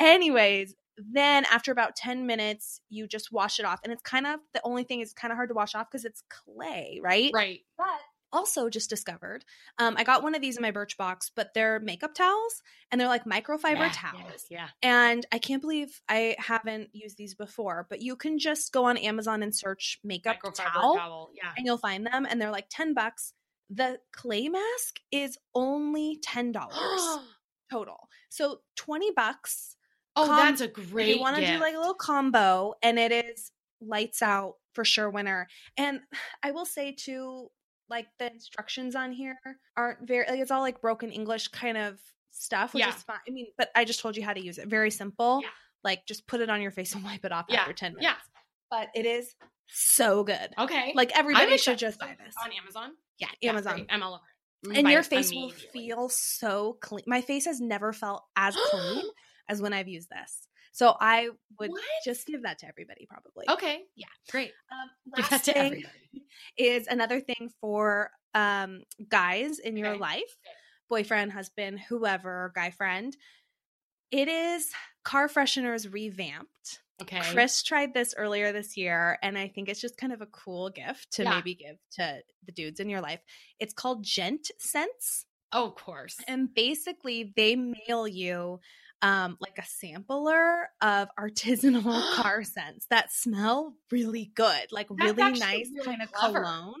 Anyways, then after about 10 minutes, you just wash it off. And it's kind of the only thing is kind of hard to wash off because it's clay, right?
right.
But also just discovered, um, I got one of these in my Birch box, but they're makeup towels and they're like microfiber
yeah,
towels.
Yeah.
And I can't believe I haven't used these before, but you can just go on Amazon and search
yeah.
makeup
Microfiber
towel
towel. Yeah.
and you'll find them. And they're like 10 bucks. The clay mask is only $10
oh,
total. So 20 bucks Com-
that's a
if
great.
you want to do
gift.
like a little combo and it is lights out for sure winner and i will say too like the instructions on here aren't very like it's all like broken english kind of stuff which
Yeah.
is fine i mean but i just told you how to use it very simple
Yeah.
like just put it on your face and wipe it off
Yeah.
after 10 minutes
Yeah.
but it is so good
Okay.
like everybody
make
should
that
just
stuff
buy this
on Amazon.
yeah
Yeah,
amazon
great. I'm all over it. I'm gonna
and
buy
your
this
face will
immediately.
feel so clean. My face has never felt as clean as when I've used this. So I would
What?
just give that to everybody, probably.
Okay. Yeah. Great.
Um,
Give
last
that to
thing
everybody.
is another thing for um, guys in your
Okay.
life. boyfriend, husband, whoever, guy friend. It is car fresheners revamped.
Okay.
Chris tried this earlier this year, and I think it's just kind of a cool gift to
Yeah.
maybe give to the dudes in your life. It's called Gent Sense.
Oh, of course.
And basically, they mail you um, like a sampler of artisanal car scents that smell really good, like
That's
really
actually
nice
really
kind of
clever.
cologne.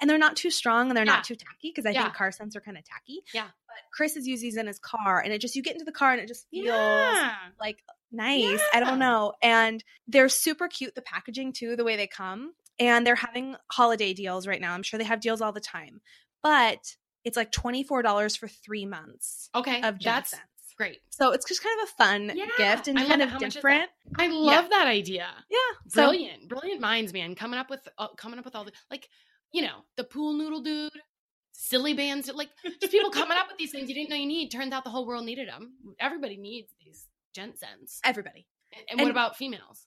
And they're not too strong and they're
Yeah.
not too tacky because I
Yeah.
think car scents are kind of tacky.
Yeah.
But Chris is using these in his car, and it just you get into the car and it just feels
Yeah.
like nice. I don't know. And they're super cute, the packaging too, the way they come. And they're having holiday deals right now. I'm sure they have deals all the time. But it's like $24 for three months
Okay.
of
that's
That's
great.
So it's just kind of a fun
Yeah,
gift and
I love
kind
it.
of
How much is that?
different.
I love that idea.
Yeah. So
Brilliant. Brilliant minds, man. Coming up with uh, coming up with all the like, you know, the pool noodle dude, silly bands, like just people coming up with these things you didn't know you need. Turns out the whole world needed them. Everybody needs these gent scents.
everybody.
And, and what
and-
about females?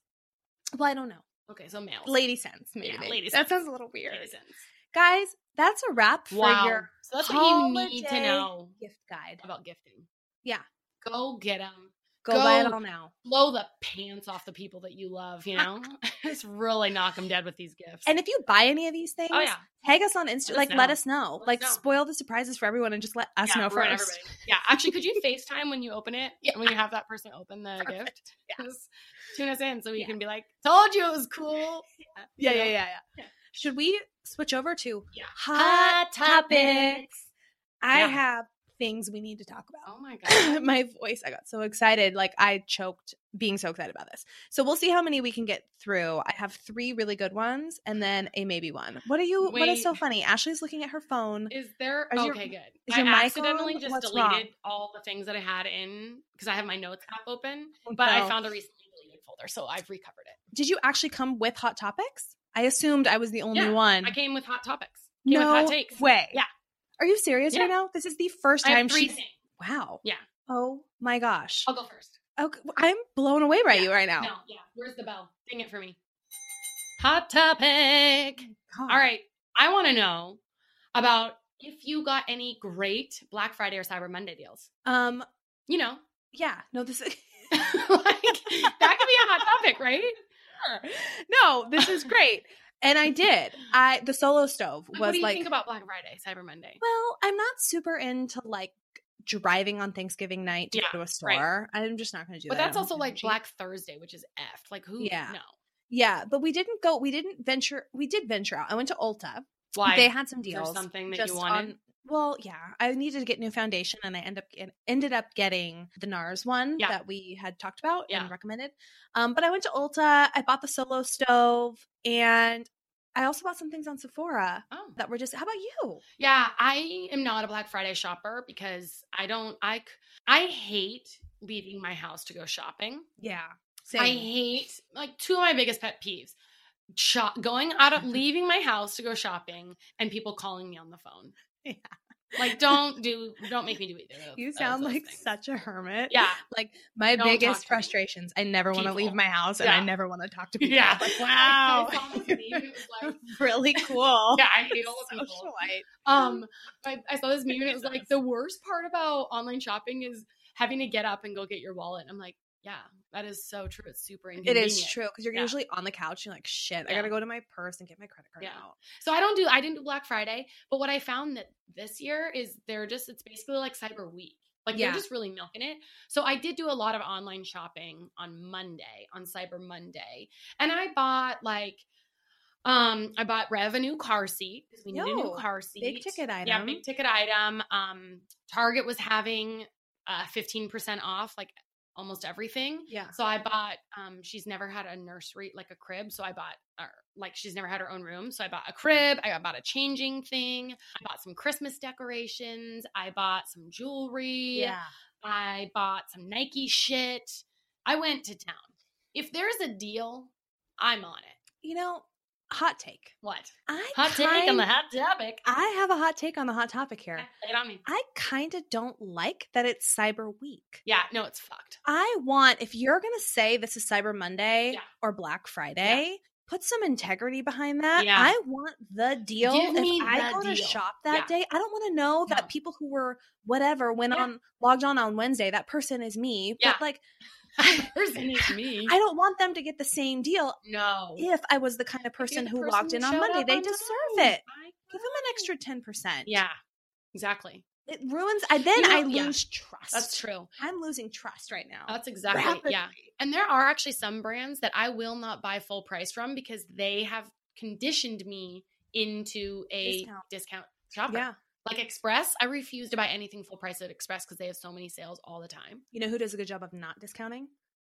Well, I don't know.
Okay, so males.
Lady sense, maybe.
Yeah, lady
that
scents.
sounds a little weird.
Lady scents.
Guys, that's a wrap for
Wow.
your
So that's what you need to
holiday
know
gift guide.
about gifting.
Yeah.
Go get them.
Go, buy it
Go.
all now.
blow the pants off the people that you love, you know? Just really knock them dead with these gifts.
And if you buy any of these things,
oh yeah.
tag us on Insta.
us
Like, let
know.
us know.
Let us
like,
know.
spoil the surprises for everyone and just let us
yeah,
know
ruin
first.
everybody. Yeah, actually could you FaceTime when you open it?
Yeah.
When you have that person open the
Perfect.
gift? Yes. Tune us in so we
Yeah.
can be like, "Told you it was cool."
Yeah,
you
yeah,
know?
yeah,
Yeah.
yeah. Should we switch over to
Yeah.
hot topics? I
Yeah.
have things we need to talk about.
Oh my god.
My voice, I got so excited. Like, I choked being so excited about this. So, we'll see how many we can get through. I have three really good ones and then a maybe one. What are you, what is so
Wait.
funny? Ashley's looking at her phone.
Is there
Is your-
okay? good.
is
I
your mic on?
accidentally just
What's
deleted
wrong?
all the things that I had in because I have my notes app open,
Oh,
but I
no.
found the recently deleted folder, so I've recovered it.
Did you actually come with hot topics? I assumed I was the only
Yeah,
one.
I came with hot topics. Came with
Mm. no
hot takes.
way.
Yeah.
Are you serious
Yeah.
right now? This is the first
I
time
have three
she's
things.
Wow.
Yeah.
Oh my gosh.
I'll go first.
Okay, well, I'm blown away by
Yeah.
you right now.
No, yeah. Where's the bell? Ding it for me. Hot topic.
God.
All right. I want to know about if you got any great Black Friday or Cyber Monday deals.
Um.
You know,
Yeah. No. This is.
like that could be a hot topic, right?
no. This is great. And I did. I the solo stove was
Like, what do you
like.
think about Black Friday, Cyber Monday?
well, I'm not super into like driving on Thanksgiving night to
Yeah,
go to a
right.
store. I'm just not going to do
But
that. I
that's
don't
also
have
like
energy.
Black Thursday, which is effed. Like who?
Yeah.
No.
Yeah, but we didn't go. We didn't venture. We did venture out. I went to Ulta.
Why?
They had some
Is there
deals.
something that you
just
wanted?
on- well, yeah, I needed to get new foundation, and I end up get, ended up getting the NARS one
Yeah.
that we had talked about
Yeah.
and recommended. Um, but I went to Ulta. I bought the Solo stove, and I also bought some things on Sephora
oh.
that were just. How about you?
Yeah, I am not a Black Friday shopper because I don't. I c- I hate leaving my house to go shopping.
Yeah,
I hate like two of my biggest pet peeves. Shop, going out of leaving my house to go shopping and people calling me on the phone.
Yeah.
Like don't do don't make me do either. of
You
those-
sound
those
like
things.
such a hermit.
Yeah.
Like my
Don't talk
biggest
to me.
frustrations, I never want to leave
People.
my house, and
Yeah.
I never want to talk to people.
Yeah.
Like,
I
wow.
saw this meme, it was like,
really cool.
yeah, I hate all the people.
Socialite.
Um, I, I saw this meme and it was like the worst part about online shopping is having to get up and go get your wallet. I'm like, yeah, that is so true. It's super
It
inconvenient.
is true because you're
Yeah.
usually on the couch and you're like, shit, I
Yeah.
gotta go to my purse and get my credit card
Yeah.
out.
So I don't do I didn't do Black Friday, but what I found that this year is they're just it's basically like Cyber Week. Like
Yeah.
they're just really milking it. So I did do a lot of online shopping on Monday, on Cyber Monday. And I bought like um I bought Rev a new car seat because we need a new
Yo,
car seat.
Big ticket item.
Yeah, big ticket item. Um Target was having uh 15% off like almost everything.
Yeah.
So I bought. Um, she's never had a nursery like a crib, so I bought. Or, like she's never had her own room, so I bought a crib. I bought a changing thing. I bought some Christmas decorations. I bought some jewelry. I bought some Nike shit. I went to town. If there's a deal, I'm on it.
You know, hot take.
What
I
hot take on
kind-
the hot topic?
I have a hot take on the hot topic here.
Lay it on me.
I kind of don't like that it's Cyber Week.
Yeah, no, it's fucked.
I want if you're gonna say this is Cyber Monday
Yeah.
or Black Friday, put some integrity behind that.
Yeah.
I want the deal.
Give
if
me
I
the
go to
deal.
shop that day, I don't want to know
No.
that people who were whatever went
Yeah.
on logged on on Wednesday. That person is me.
Yeah.
But like,
person is me.
I don't want them to get the same deal.
no.
If I was the kind of
If you're
person
the
who logged
person
in on
showed
Monday,
up
they
on
deserve
time,
it.
I
Give them an extra ten percent.
Yeah, exactly.
it ruins. I then
You know-
I
yeah.
lose trust.
That's true.
I'm losing trust right now.
That's exactly yeah. And there are actually some brands that I will not buy full price from because they have conditioned me into a discount,
Discount.
shopper.
Yeah.
Like Express, I refuse to buy anything full price at Express because they have so many sales all the time.
You know who does a good job of not discounting?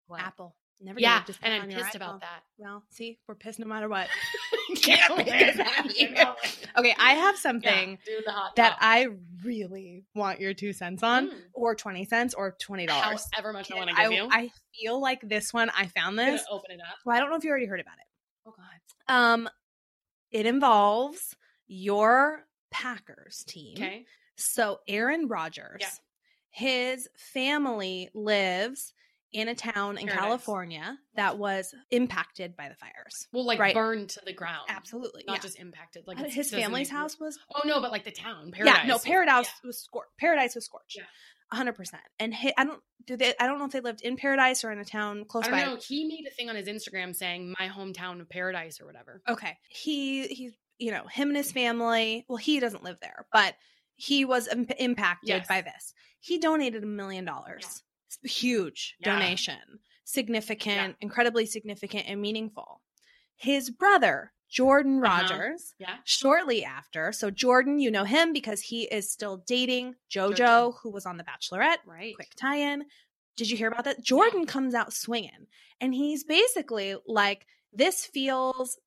What?
Apple. Never.
yeah,
give a discount
and I'm
on your
pissed about
iPhone.
that.
Well, see, we're pissed no matter what.
Can't
make
win.
this happen.
Can't win.
Okay, I have
Yeah,
something
do the hot
that
tub.
I really want your two cents on,
Mm.
or twenty cents, or twenty dollars.
however much I want to give
I,
you.
I feel like this one. I found
I'm
this.
gonna open it up.
Well, I don't know if you already heard about it.
Oh god.
Um, it involves your Packers team.
Okay.
So Aaron Rodgers,
Yeah.
his family lives in a town in
Paradise.
California that was impacted by the fires.
Well, like
Right.
burned to the ground.
Absolutely,
Um, Not
yeah.
just impacted. Like
Uh,
it's-
his
doesn't
family's
even-
house was
Oh no, but like the town. Paradise.
Yeah, no,
was-
Paradise
yeah.
was scor- Paradise was scorched.
Yeah.
A hundred percent. And hi- I don't do they. I don't know if they lived in Paradise or in a town close
I
by.
don't know. He made a thing on his Instagram saying my hometown of paradise or whatever.
Okay, he he you know him and his family. Well, he doesn't live there, but he was Im- impacted
Yes.
by this. He donated a million dollars. It's a Huge
Yeah.
donation, significant, incredibly significant and meaningful. His brother Jordan
Uh-huh.
Rogers.
Yeah.
Shortly after, so Jordan, you know him because he is still dating JoJo,
JoJo.
who was on The Bachelorette.
Right.
quick tie in. Did you hear about that? Jordan comes out swinging and he's basically like, this feels,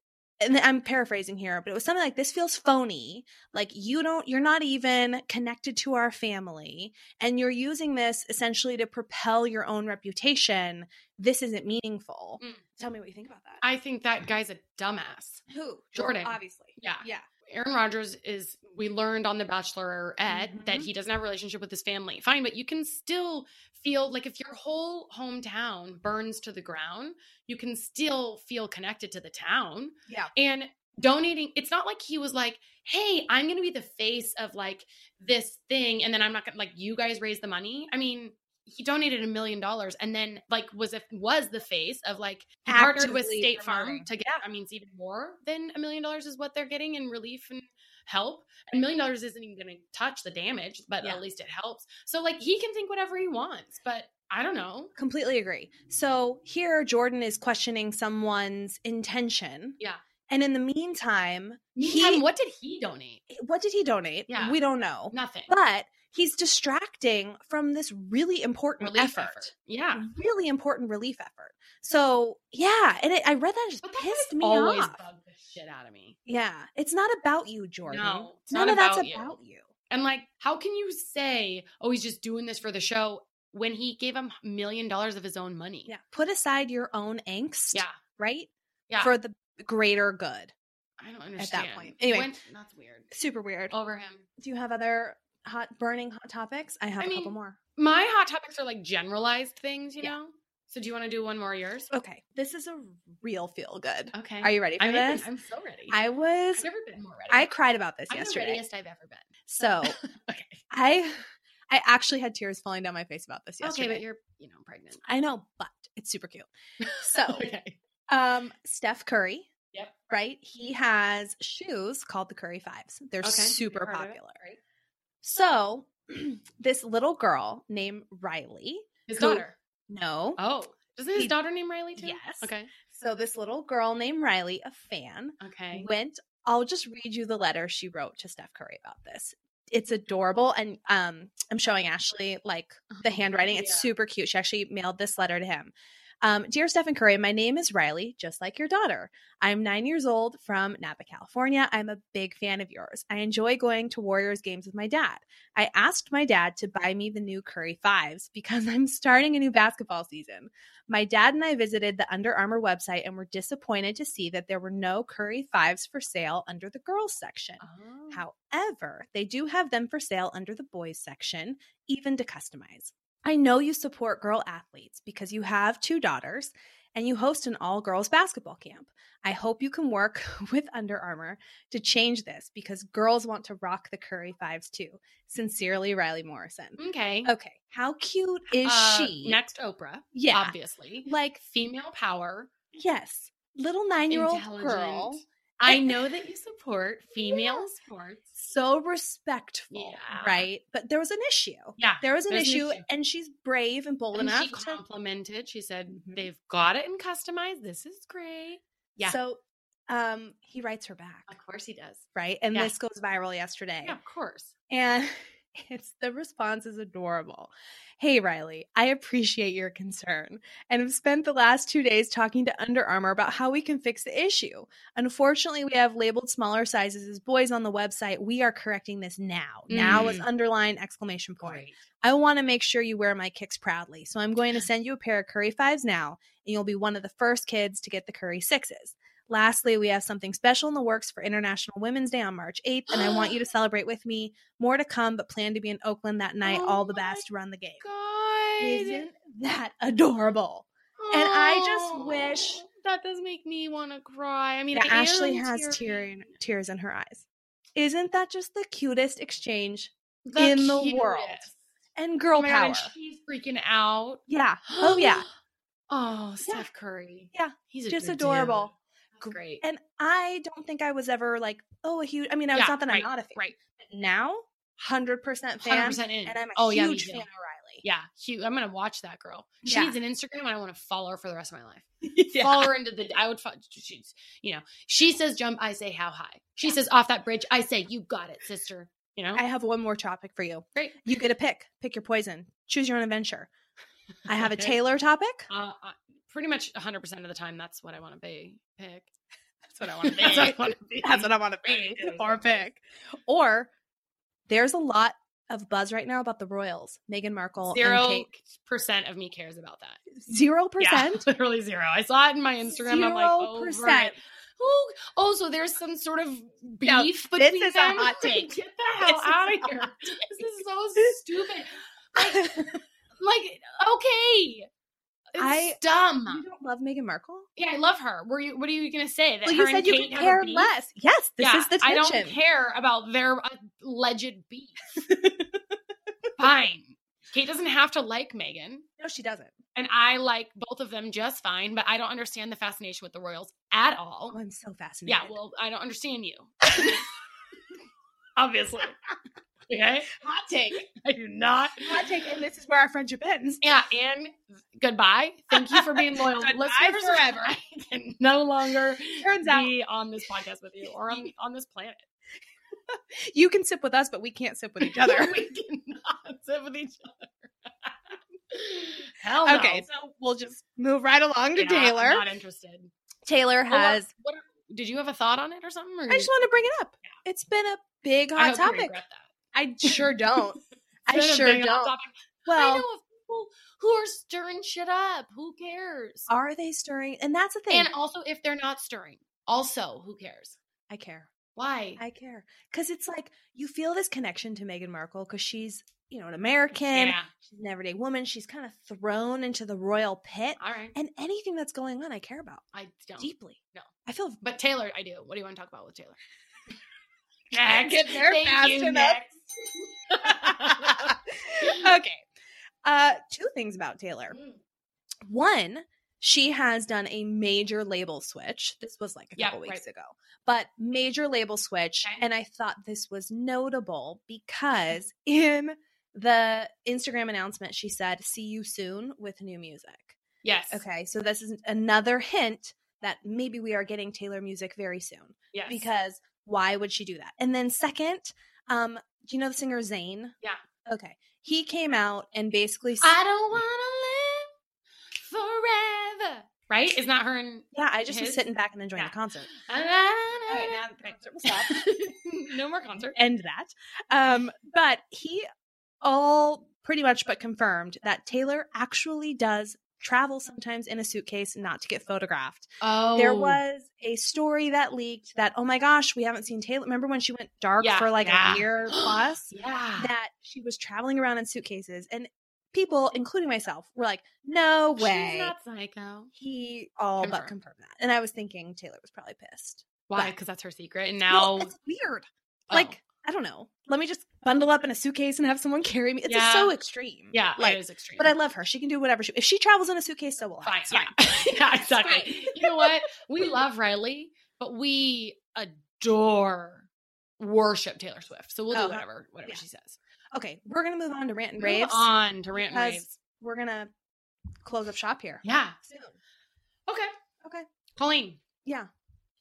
and I'm paraphrasing here, but it was something like, this feels phony. Like, you don't, you're not even connected to our family and you're using this essentially to propel your own reputation. This isn't meaningful.
Mm.
Tell me what you think about that.
I think that guy's a dumbass.
Who?
Jordan.
Obviously.
Yeah.
Yeah.
Aaron Rodgers is, we learned on The Bachelorette that
Mhm.
he doesn't have a relationship with his family. Fine, but you can still feel like if your whole hometown burns to the ground, you can still feel connected to the town.
Yeah.
And donating, it's not like he was like, hey, I'm going to be the face of like this thing. And then I'm not going to, like, you guys raise the money. I mean, he donated a million dollars and then like was if was the face of like he partnered with
Actively
State Farm
promoting.
to get I mean it's even more than a million dollars is what they're getting in relief and help. A million dollars isn't even gonna touch the damage, but
Yeah.
at least it helps. So like he can think whatever he wants, but I don't know.
Completely agree. So here, Jordan is questioning someone's intention.
Yeah.
And in the meantime,
Meantime, what did he donate?
what did he donate?
Yeah.
We don't know.
Nothing.
But he's distracting from this really important
Relief
effort.
Yeah.
Really important relief effort. So yeah, and it, I read that and it
But
just
that
pissed
pissed
me
always
off.
bugged the shit out of me.
Yeah, it's not about you, Jordan.
No, it's
None
not
of that's
about you.
about you.
And like, how can you say, oh, he's just doing this for the show when he gave him a million dollars of his own money?
Yeah, put aside your own angst.
Yeah.
right.
Yeah.
for the greater good.
I don't
that
understand.
point. Anyway.
When- that's weird.
Super weird.
Over him.
Do you have other hot burning hot topics? I have
I
a couple
mean-
more.
My hot topics are like generalized things, you
Yeah.
know? So do you want to do one more of yours?
Okay, this is a real feel good.
Okay.
Are you ready for
I'm, in.
this?
I'm so ready.
I
I've
was.
never been more ready.
I cried about this
I'm the
yesterday.
readiest I've ever been.
So
okay.
I I actually had tears falling down my face about this yesterday.
Okay, but you're, you know, pregnant.
I know, but it's super cute. So,
okay.
um Steph Curry,
Yep.
right? He has shoes called the Curry Fives. They're
Okay.
super
Heard of it,
popular.
right?
So, this little girl named Riley,
His
Who-
daughter.
no.
Oh. Doesn't his
He-
daughter name Riley too?
Yes.
Okay.
So this little girl named Riley, a fan,
Okay.
went I'll just read you the letter she wrote to Steph Curry about this. It's adorable and um I'm showing Ashley like the handwriting. It's
Yeah.
super cute. She actually mailed this letter to him. Um, Dear Stephen Curry, my name is Riley, just like your daughter. I'm nine years old from Napa, California. I'm a big fan of yours. I enjoy going to Warriors games with my dad. I asked my dad to buy me the new Curry Fives because I'm starting a new basketball season. My dad and I visited the Under Armour website and were disappointed to see that there were no Curry Fives for sale under the girls section.
Oh.
However, they do have them for sale under the boys section, even to customize. I know you support girl athletes because you have two daughters and you host an all girls basketball camp. I hope you can work with Under Armour to change this because girls want to rock the Curry Fives too. Sincerely, Riley Morrison.
Okay.
Okay, how cute is
Mm-hmm. Uh,
she?
Next Oprah,
yeah,
obviously.
like
Female power.
yes, little nine year old
intelligent.
girl,
I know that you support female sports.
so respectful,
Yeah.
right? But there was an issue.
Yeah.
There was an,
There's an
issue,
issue.
and she's brave and bold
And
enough
she
to
complimented. She said
Mhm.
they've got it and customized. This is great. Yeah.
So um he writes her back,
Of course he does.
right? And
yeah.
this goes viral yesterday.
Yeah, of course.
And it's the response is adorable. Hey Riley, I appreciate your concern and have spent the last 2 days talking to Under Armour about how we can fix the issue. Unfortunately, we have labeled smaller sizes as boys on the website. We are correcting this now. Now
Mm.
is underline exclamation point.
Great.
I want to make sure you wear my kicks proudly. So I'm going to send you a pair of Curry Fives now, and you'll be one of the first kids to get the Curry Sixes. Lastly, we have something special in the works for International Women's Day on March 8th, and I want you to celebrate with me. More to come, but plan to be in Oakland that night.
Oh
All the
my
best, run the game.
God.
Isn't that adorable? And I just
Oh,
wish-
that does make me want to cry. I mean,
Yeah,
I am
Ashley has
teary.
tear- tears in her eyes. Isn't that just the cutest exchange?
The
in the world.
cutest.
And
Oh
girl
my God,
power.
and she's freaking out.
yeah. Oh, yeah.
Oh, Steph Curry.
Yeah.
He's a
Just
good dude.
adorable.
That's great.
And I don't think I was ever like, oh, a huge. I mean, I was
Yeah,
not that
right,
I'm not a fan.
right.
But now, hundred percent fan,
100% in.
and I'm a
oh, yeah, me
huge
too.
fan of Riley.
Yeah, Hugh, I'm gonna watch that girl. She
Yeah.
needs an Instagram. I want to follow her for the rest of my life.
Yeah.
Follow her into the. I would. Follow, she's. You know, she says jump. I say how high. She says off that bridge. I say you got it, sister. You know.
I have one more topic for you.
Great.
You get a pick. Pick your poison. Choose your own adventure. I have a
Okay.
Taylor topic.
uh, uh, pretty much 100 percent of the time, that's what I want to be. Pick.
That's what I
wanna be.
want to be. That's what I want to be. Or pick. Or there's a lot of buzz right now about the Royals, Meghan Markle, and
Zero
Kate.
percent of me cares about that.
Zero
Yeah,
percent.
literally zero. I saw it in my Instagram. I'm like,
Zero
oh,
percent.
Who? Oh, so there's some sort of beef
Now, this
between
is a
them.
hot take.
Get the hell
This is
out
a
of here.
hot
This is so stupid. Uh-huh. Like, okay, it's
I- you
dumb.
don't love Meghan Markle?
Yeah, I love her. Were you? What are you gonna say? That
Well,
her
you said
and
you
Kate
could
have a
care
beef?
less. Yes, this
Yeah,
is the
I
tension.
don't care about their alleged beef. fine. Kate doesn't have to like Megan.
No, she doesn't.
And I like both of them just fine, but I don't understand the fascination with the Royals at all.
Oh, I'm so fascinated.
Yeah, well, I don't understand you. Obviously. Okay.
hot take.
I do not.
Hot take, and this is where our friendship ends.
Yeah, and goodbye. Thank you for being loyal.
Goodbye
listeners.
forever.
I can no longer
Turns out
be on this podcast with you or on, on this planet.
you can sip with us, but we can't sip with each other.
we cannot sit with each other. Hell no.
okay, so we'll just move right along to
Yeah, I'm
Taylor.
Not interested.
Taylor
Oh, what-
has.
what, did you have a thought on it or something? Or
I just want to bring it up. It's been a big hot topic. I sure don't. I sure don't.
Well, I
Well,
know of people who are stirring shit up. Who cares?
are they stirring? And that's the thing.
And also, if they're not stirring, also who cares?
I care.
Why?
I care because it's like you feel this connection to Meghan Markle because she's you know an American.
yeah.
She's an everyday woman. She's kind of thrown into the royal pit.
All right.
And anything that's going on, I care about
I don't.
deeply.
No.
I feel
But Taylor, I do. What do you want to talk about with Taylor?
get there
Thank
fast
you,
enough.
next.
okay. Uh, two things about Taylor.
Mm.
One, she has done a major label switch. This was like a
Yeah,
couple weeks
right.
ago, but major label switch.
Okay. Mm-hmm.
And I thought this was notable because in the Instagram announcement, she said, See you soon with new music.
Yes.
Okay. So this is another hint that maybe we are getting Taylor music very soon
Yes.
because why would she do that? And then second, um, do you know the singer Zayn?
Yeah.
Okay. He came out and basically, s-
I don't want to live forever. Right? Is not her in.
yeah, I just was
his-
sitting back and enjoying
yeah.
the concert.
Right.
will stop.
no more concert.
End that. Um, but he all pretty much but confirmed that Taylor actually does travel sometimes in a suitcase not to get photographed.
Oh,
There was a story that leaked that oh my gosh, we haven't seen Taylor. Remember when she went dark
Yeah,
for like
yeah.
a year plus?
Yeah.
that she was traveling around in suitcases and people, including myself, were like, no way.
She's not psycho.
he all but
Confirmed.
confirmed that. And I was thinking Taylor was probably pissed.
Why?
But-
Because that's her secret. And now,
Well, it's weird.
oh,
Like, I don't know. Let me just bundle up in a suitcase and have someone carry me. It's just
Yeah.
so extreme.
yeah,
Like,
it is extreme.
but I love her. She can do whatever she. If she travels in a suitcase, so will I.
fine,
It's
yeah, yeah, exactly. You know what? We love Riley, but we adore, worship Taylor Swift. So we'll
Uh-huh.
do whatever, whatever
Yeah.
she says.
Okay, we're gonna move on to rant and
Move
raves.
on to rant and
because-
raves.
We're gonna close up shop here.
Yeah.
Soon.
Okay.
Okay.
Colleen,
Yeah.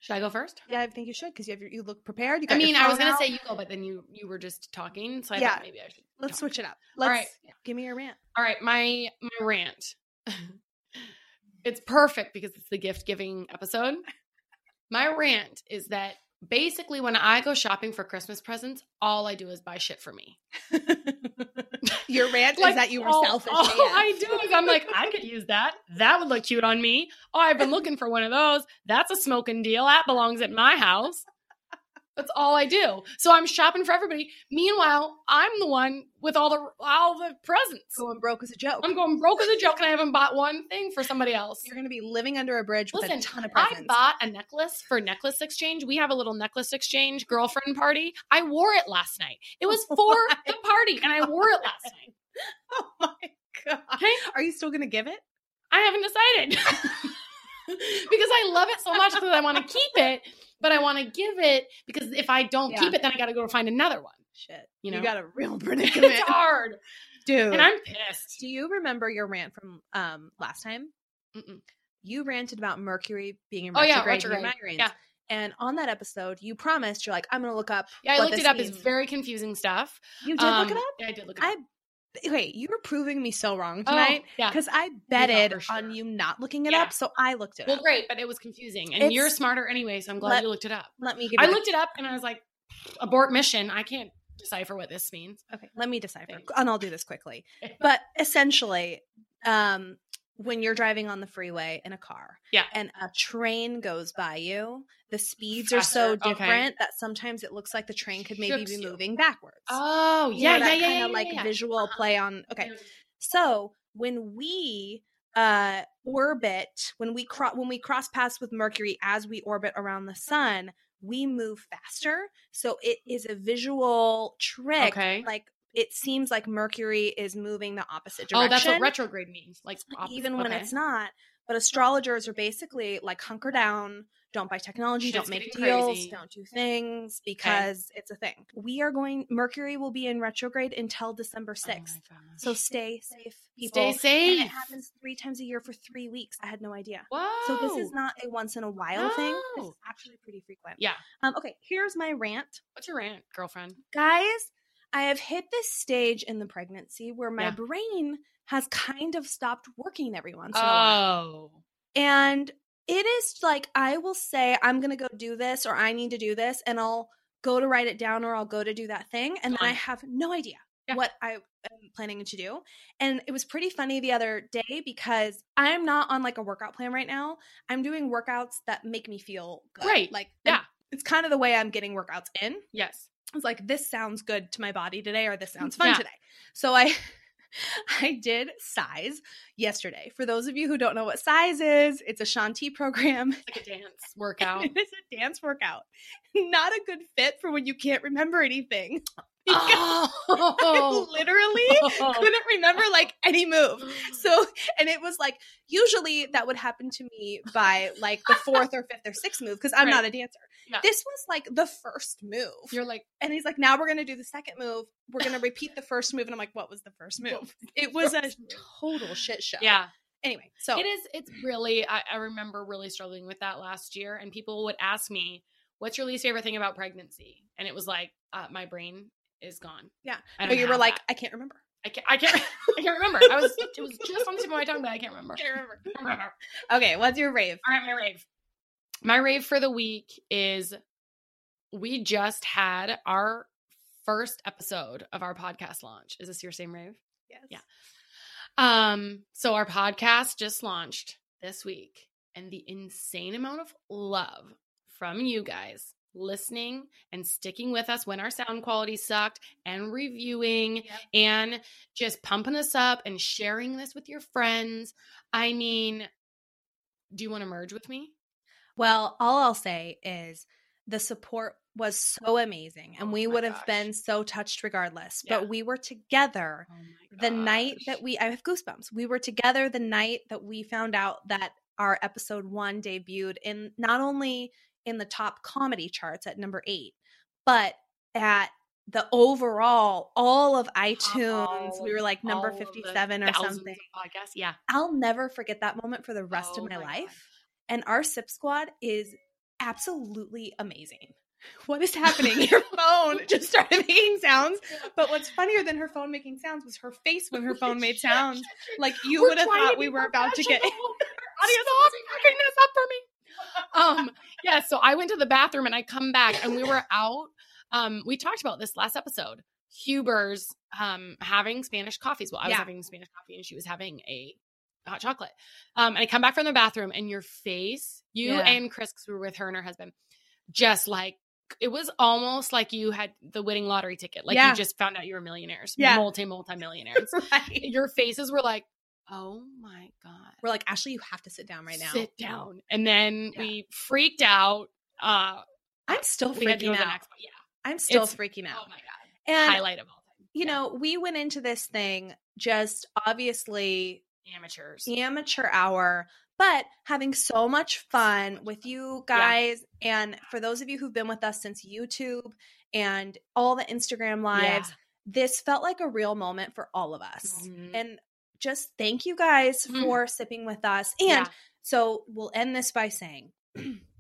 should I go first?
Yeah, I think you should because you have your, you look prepared. You got
I
your
mean, I was
phone
gonna
out.
say you go, but then you you were just talking, so I
Yeah.
thought maybe I should.
let's
talk.
switch it up.
All
Let's
right.
give me your rant.
All right, my my rant. it's perfect because it's the gift giving episode. My rant is that basically when I go shopping for Christmas presents, all I do is buy shit for me.
Your rant
Like,
is that you were
all-
selfish.
All
AF.
I do is I'm like, I could use that. That would look cute on me. Oh, I've been looking for one of those. That's a smoking deal. That belongs at my house. That's all I do. So I'm shopping for everybody. Meanwhile, I'm the one with all the all the presents.
going broke as a joke.
I'm going broke as a joke, and I haven't bought one thing for somebody else.
You're gonna be living under a bridge with
Listen,
a ton of
I
presents.
bought a necklace for necklace exchange. We have a little necklace exchange girlfriend party. I wore it last night. It was for the party, and I wore it last night.
oh my god!
Okay?
Are you still gonna give it?
I haven't decided because I love it so much that I want to keep it, but I want to give it because if I don't
Yeah.
keep it, then I got to go find another one.
Shit,
You know,
you got a real
it's
predicament,
hard,
dude.
and I'm pissed.
Do you remember your rant from um last time?
Mm-mm.
You ranted about Mercury being in
Oh, yeah,
retrograde, in your migraines.
retrograde. Yeah.
And on that episode, you promised you're like, I'm gonna look up.
Yeah, I
What
looked
this
it up. It's
means.
very confusing stuff.
You did look it
Um,
up.
Yeah, I did look it
I
up
Wait, you were proving me so wrong
Oh,
tonight
yeah.
because I betted
for
on
sure.
you not looking it
Yeah.
up, so I looked it
Well,
up.
great, but it was confusing. And
It's-
you're smarter anyway, so I'm glad
Let-
you looked it up.
Let me give.
I
you-
looked it up and I was like, abort mission. I can't decipher what this means.
Okay, let me decipher,
Thanks.
and I'll do this quickly. But essentially, um, when you're driving on the freeway in a car,
Yeah.
and a train goes by you, the speeds are so
Faster, okay.
different that sometimes it looks like the train could maybe
Shooks
be
you.
moving backwards.
Oh,
You
yeah,
know,
yeah,
that
yeah,
kind
yeah,
of like
yeah, Uh-huh. yeah.
visual play on. Okay,
Yeah.
so when we uh orbit, when we cross when we cross paths with Mercury as we orbit around the sun, we move faster. So it is a visual trick.
Okay.
Like it seems like Mercury is moving the opposite
Oh,
direction.
that's what retrograde means. Like opposite-
even when
okay.
it's not. But astrologers are basically like hunker down, don't buy technology,
Shit's
don't make
getting
deals,
crazy.
don't do things because it's a thing. We are going Mercury will be in retrograde until December
Oh my
6th. So
gosh.
stay safe, people.
stay
And it
safe.
happens three times a year for three weeks. I had no idea.
Whoa.
So this is not a once in a while thing. This is
No.
actually pretty frequent.
Yeah.
Um, okay, here's my rant.
What's your rant, girlfriend?
Guys, I have hit this stage in the pregnancy where my
Yeah.
brain has kind of stopped working every once in a while.
Oh.
And it is like I will say, I'm gonna go do this or I need to do this, and I'll go to write it down or I'll go to do that thing, and then I
Gone.
have no idea
Yeah.
what I am planning to do. And it was pretty funny the other day because I'm not on like a workout plan right now. I'm doing workouts that make me feel good.
Great.
Like and
Yeah.
It's kind of the way I'm getting workouts in.
Yes.
It's like this sounds good to my body today or this sounds fun
Mm, Yeah.
today. So I I did size yesterday. For those of you who don't know what size is, it's a Shanti program.
It's like a dance workout.
It is a dance workout. Not a good fit for when you can't remember anything.
oh.
I literally couldn't remember like any move. So, and it was like usually that would happen to me by like the fourth or fifth or sixth move because I'm
Right.
not a dancer.
Yeah.
This was like the first move.
You're like,
and he's like, now we're going to do the second move. We're going to repeat the first move. And I'm like, what was the first move? It was a
first move?
total shit show.
yeah.
Anyway, so
It is. It's really. I, I remember really struggling with that last year, and people would ask me, "What's your least favorite thing about pregnancy?" And it was like, uh, "My brain is gone."
Yeah.
I
but
don't
you were
have
like,
that.
I can't remember.
I can't, I can't, I can't remember. I was, it was just on the tip of my tongue, but I can't remember.
can't remember.
All right,
Okay, what's your rave?
my rave. My rave for the week is we just had our first episode of our podcast launch. Is this your same rave?
Yes.
Yeah. Um, so our podcast just launched this week, and the insane amount of love from you guys listening and sticking with us when our sound quality sucked and reviewing and just pumping us up and sharing this with your friends. I mean, do you want to merge with me?
Well, all I'll say is the support was so amazing and
Oh
we
my
would have
gosh.
been so touched regardless.
Yeah.
But we were together
Oh my
the night that we I have goosebumps. We were together the night that we found out that our episode 1 debuted in not only in the top comedy charts at number 8, but at the overall all of iTunes. we
of-
were like number
Oh, all of the
57 or
thousands
something.
Of podcasts. Yeah.
I'll never forget that moment for the rest
Oh
of my,
my God.
life. And our sip squad is absolutely amazing. What is happening? Your phone just started making sounds. But what's funnier than her phone making sounds was her face when her phone made sounds. Like you
We're
would have
trying to
thought
be
we were about to get.
professional. Our audience Stop fucking this up for me. Um, yeah, so I went to the bathroom and I come back and we were out. Um, we talked about this last episode. Huber's um having Spanish coffees. Well, I was
Yeah.
having Spanish coffee and she was having a hot chocolate. Um, and I come back from the bathroom and your face, you
Yeah.
and Chris, 'cause we were with her and her husband, just like it was almost like you had the winning lottery ticket. Like
Yeah.
you just found out you were millionaires,
Yeah.
multi multi millionaires
Right.
your faces were like, oh my God.
We're like, Ashley, you have to sit down right now.
Sit down. And then
Yeah.
we freaked out. Uh
I'm still
we had to go
freaking
to the
out.
next one. Yeah.
I'm still
It's-
freaking out.
Oh my God.
and
Highlight of all time.
you know, we went into this thing just obviously
Amateurs.
amateur hour, but having so much fun with you
Yeah.
guys. And for those of you who've been with us since YouTube and all the Instagram lives, this felt like a real moment for all of us.
Mhm.
And just thank you guys
Mm.
for sipping with us. And
Yeah.
so we'll end this by saying,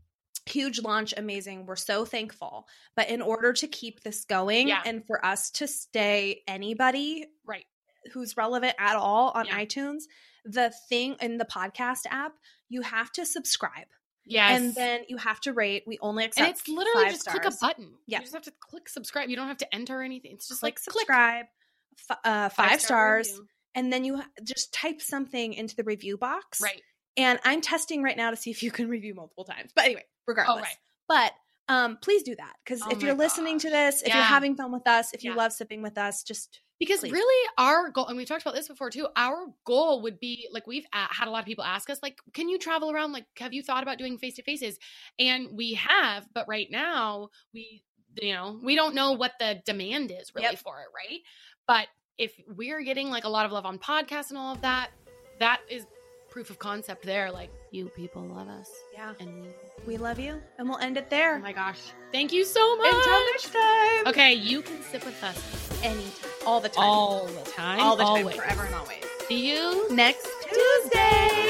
Huge launch, amazing. We're so thankful. But in order to keep this going
Yeah.
and for us to stay anybody
Right.
who's relevant at all on
Yeah.
iTunes, the thing in the podcast app, you have to subscribe
Yes.
and then you have to rate. We only
And
accept
it's literally
five
just click
stars.
a button.
Yeah.
You just have to click subscribe. You don't have to enter anything. It's just
Click
like click
subscribe, f- uh, five,
Five-star
stars,
review.
and then you ha- just type something into the review box.
Right.
And I'm testing right now to see if you can review multiple times. But anyway, regardless.
right.
But um, please do that because
Oh
if
my
you're listening to
gosh.
this, if you're
Yeah.
having fun with us, if you
Yeah.
love sipping with us, just
Because
Please.
really, our goal, and we talked about this before too, our goal would be like we've a- had a lot of people ask us, like, can you travel around? Like, have you thought about doing face to faces? And we have, but right now, we, you know, we don't know what the demand is really
Yep.
for it, right? But if we're getting like a lot of love on podcasts and all of that, that is proof of concept there. Like, you people love us.
yeah,
And we,
we love you, and we'll end it there.
oh my gosh. Thank you so much.
Until next time.
Okay, you can sit with us
Anytime, all the time,
all the time.
all the time,
always.
forever and always.
See you
Next Tuesday.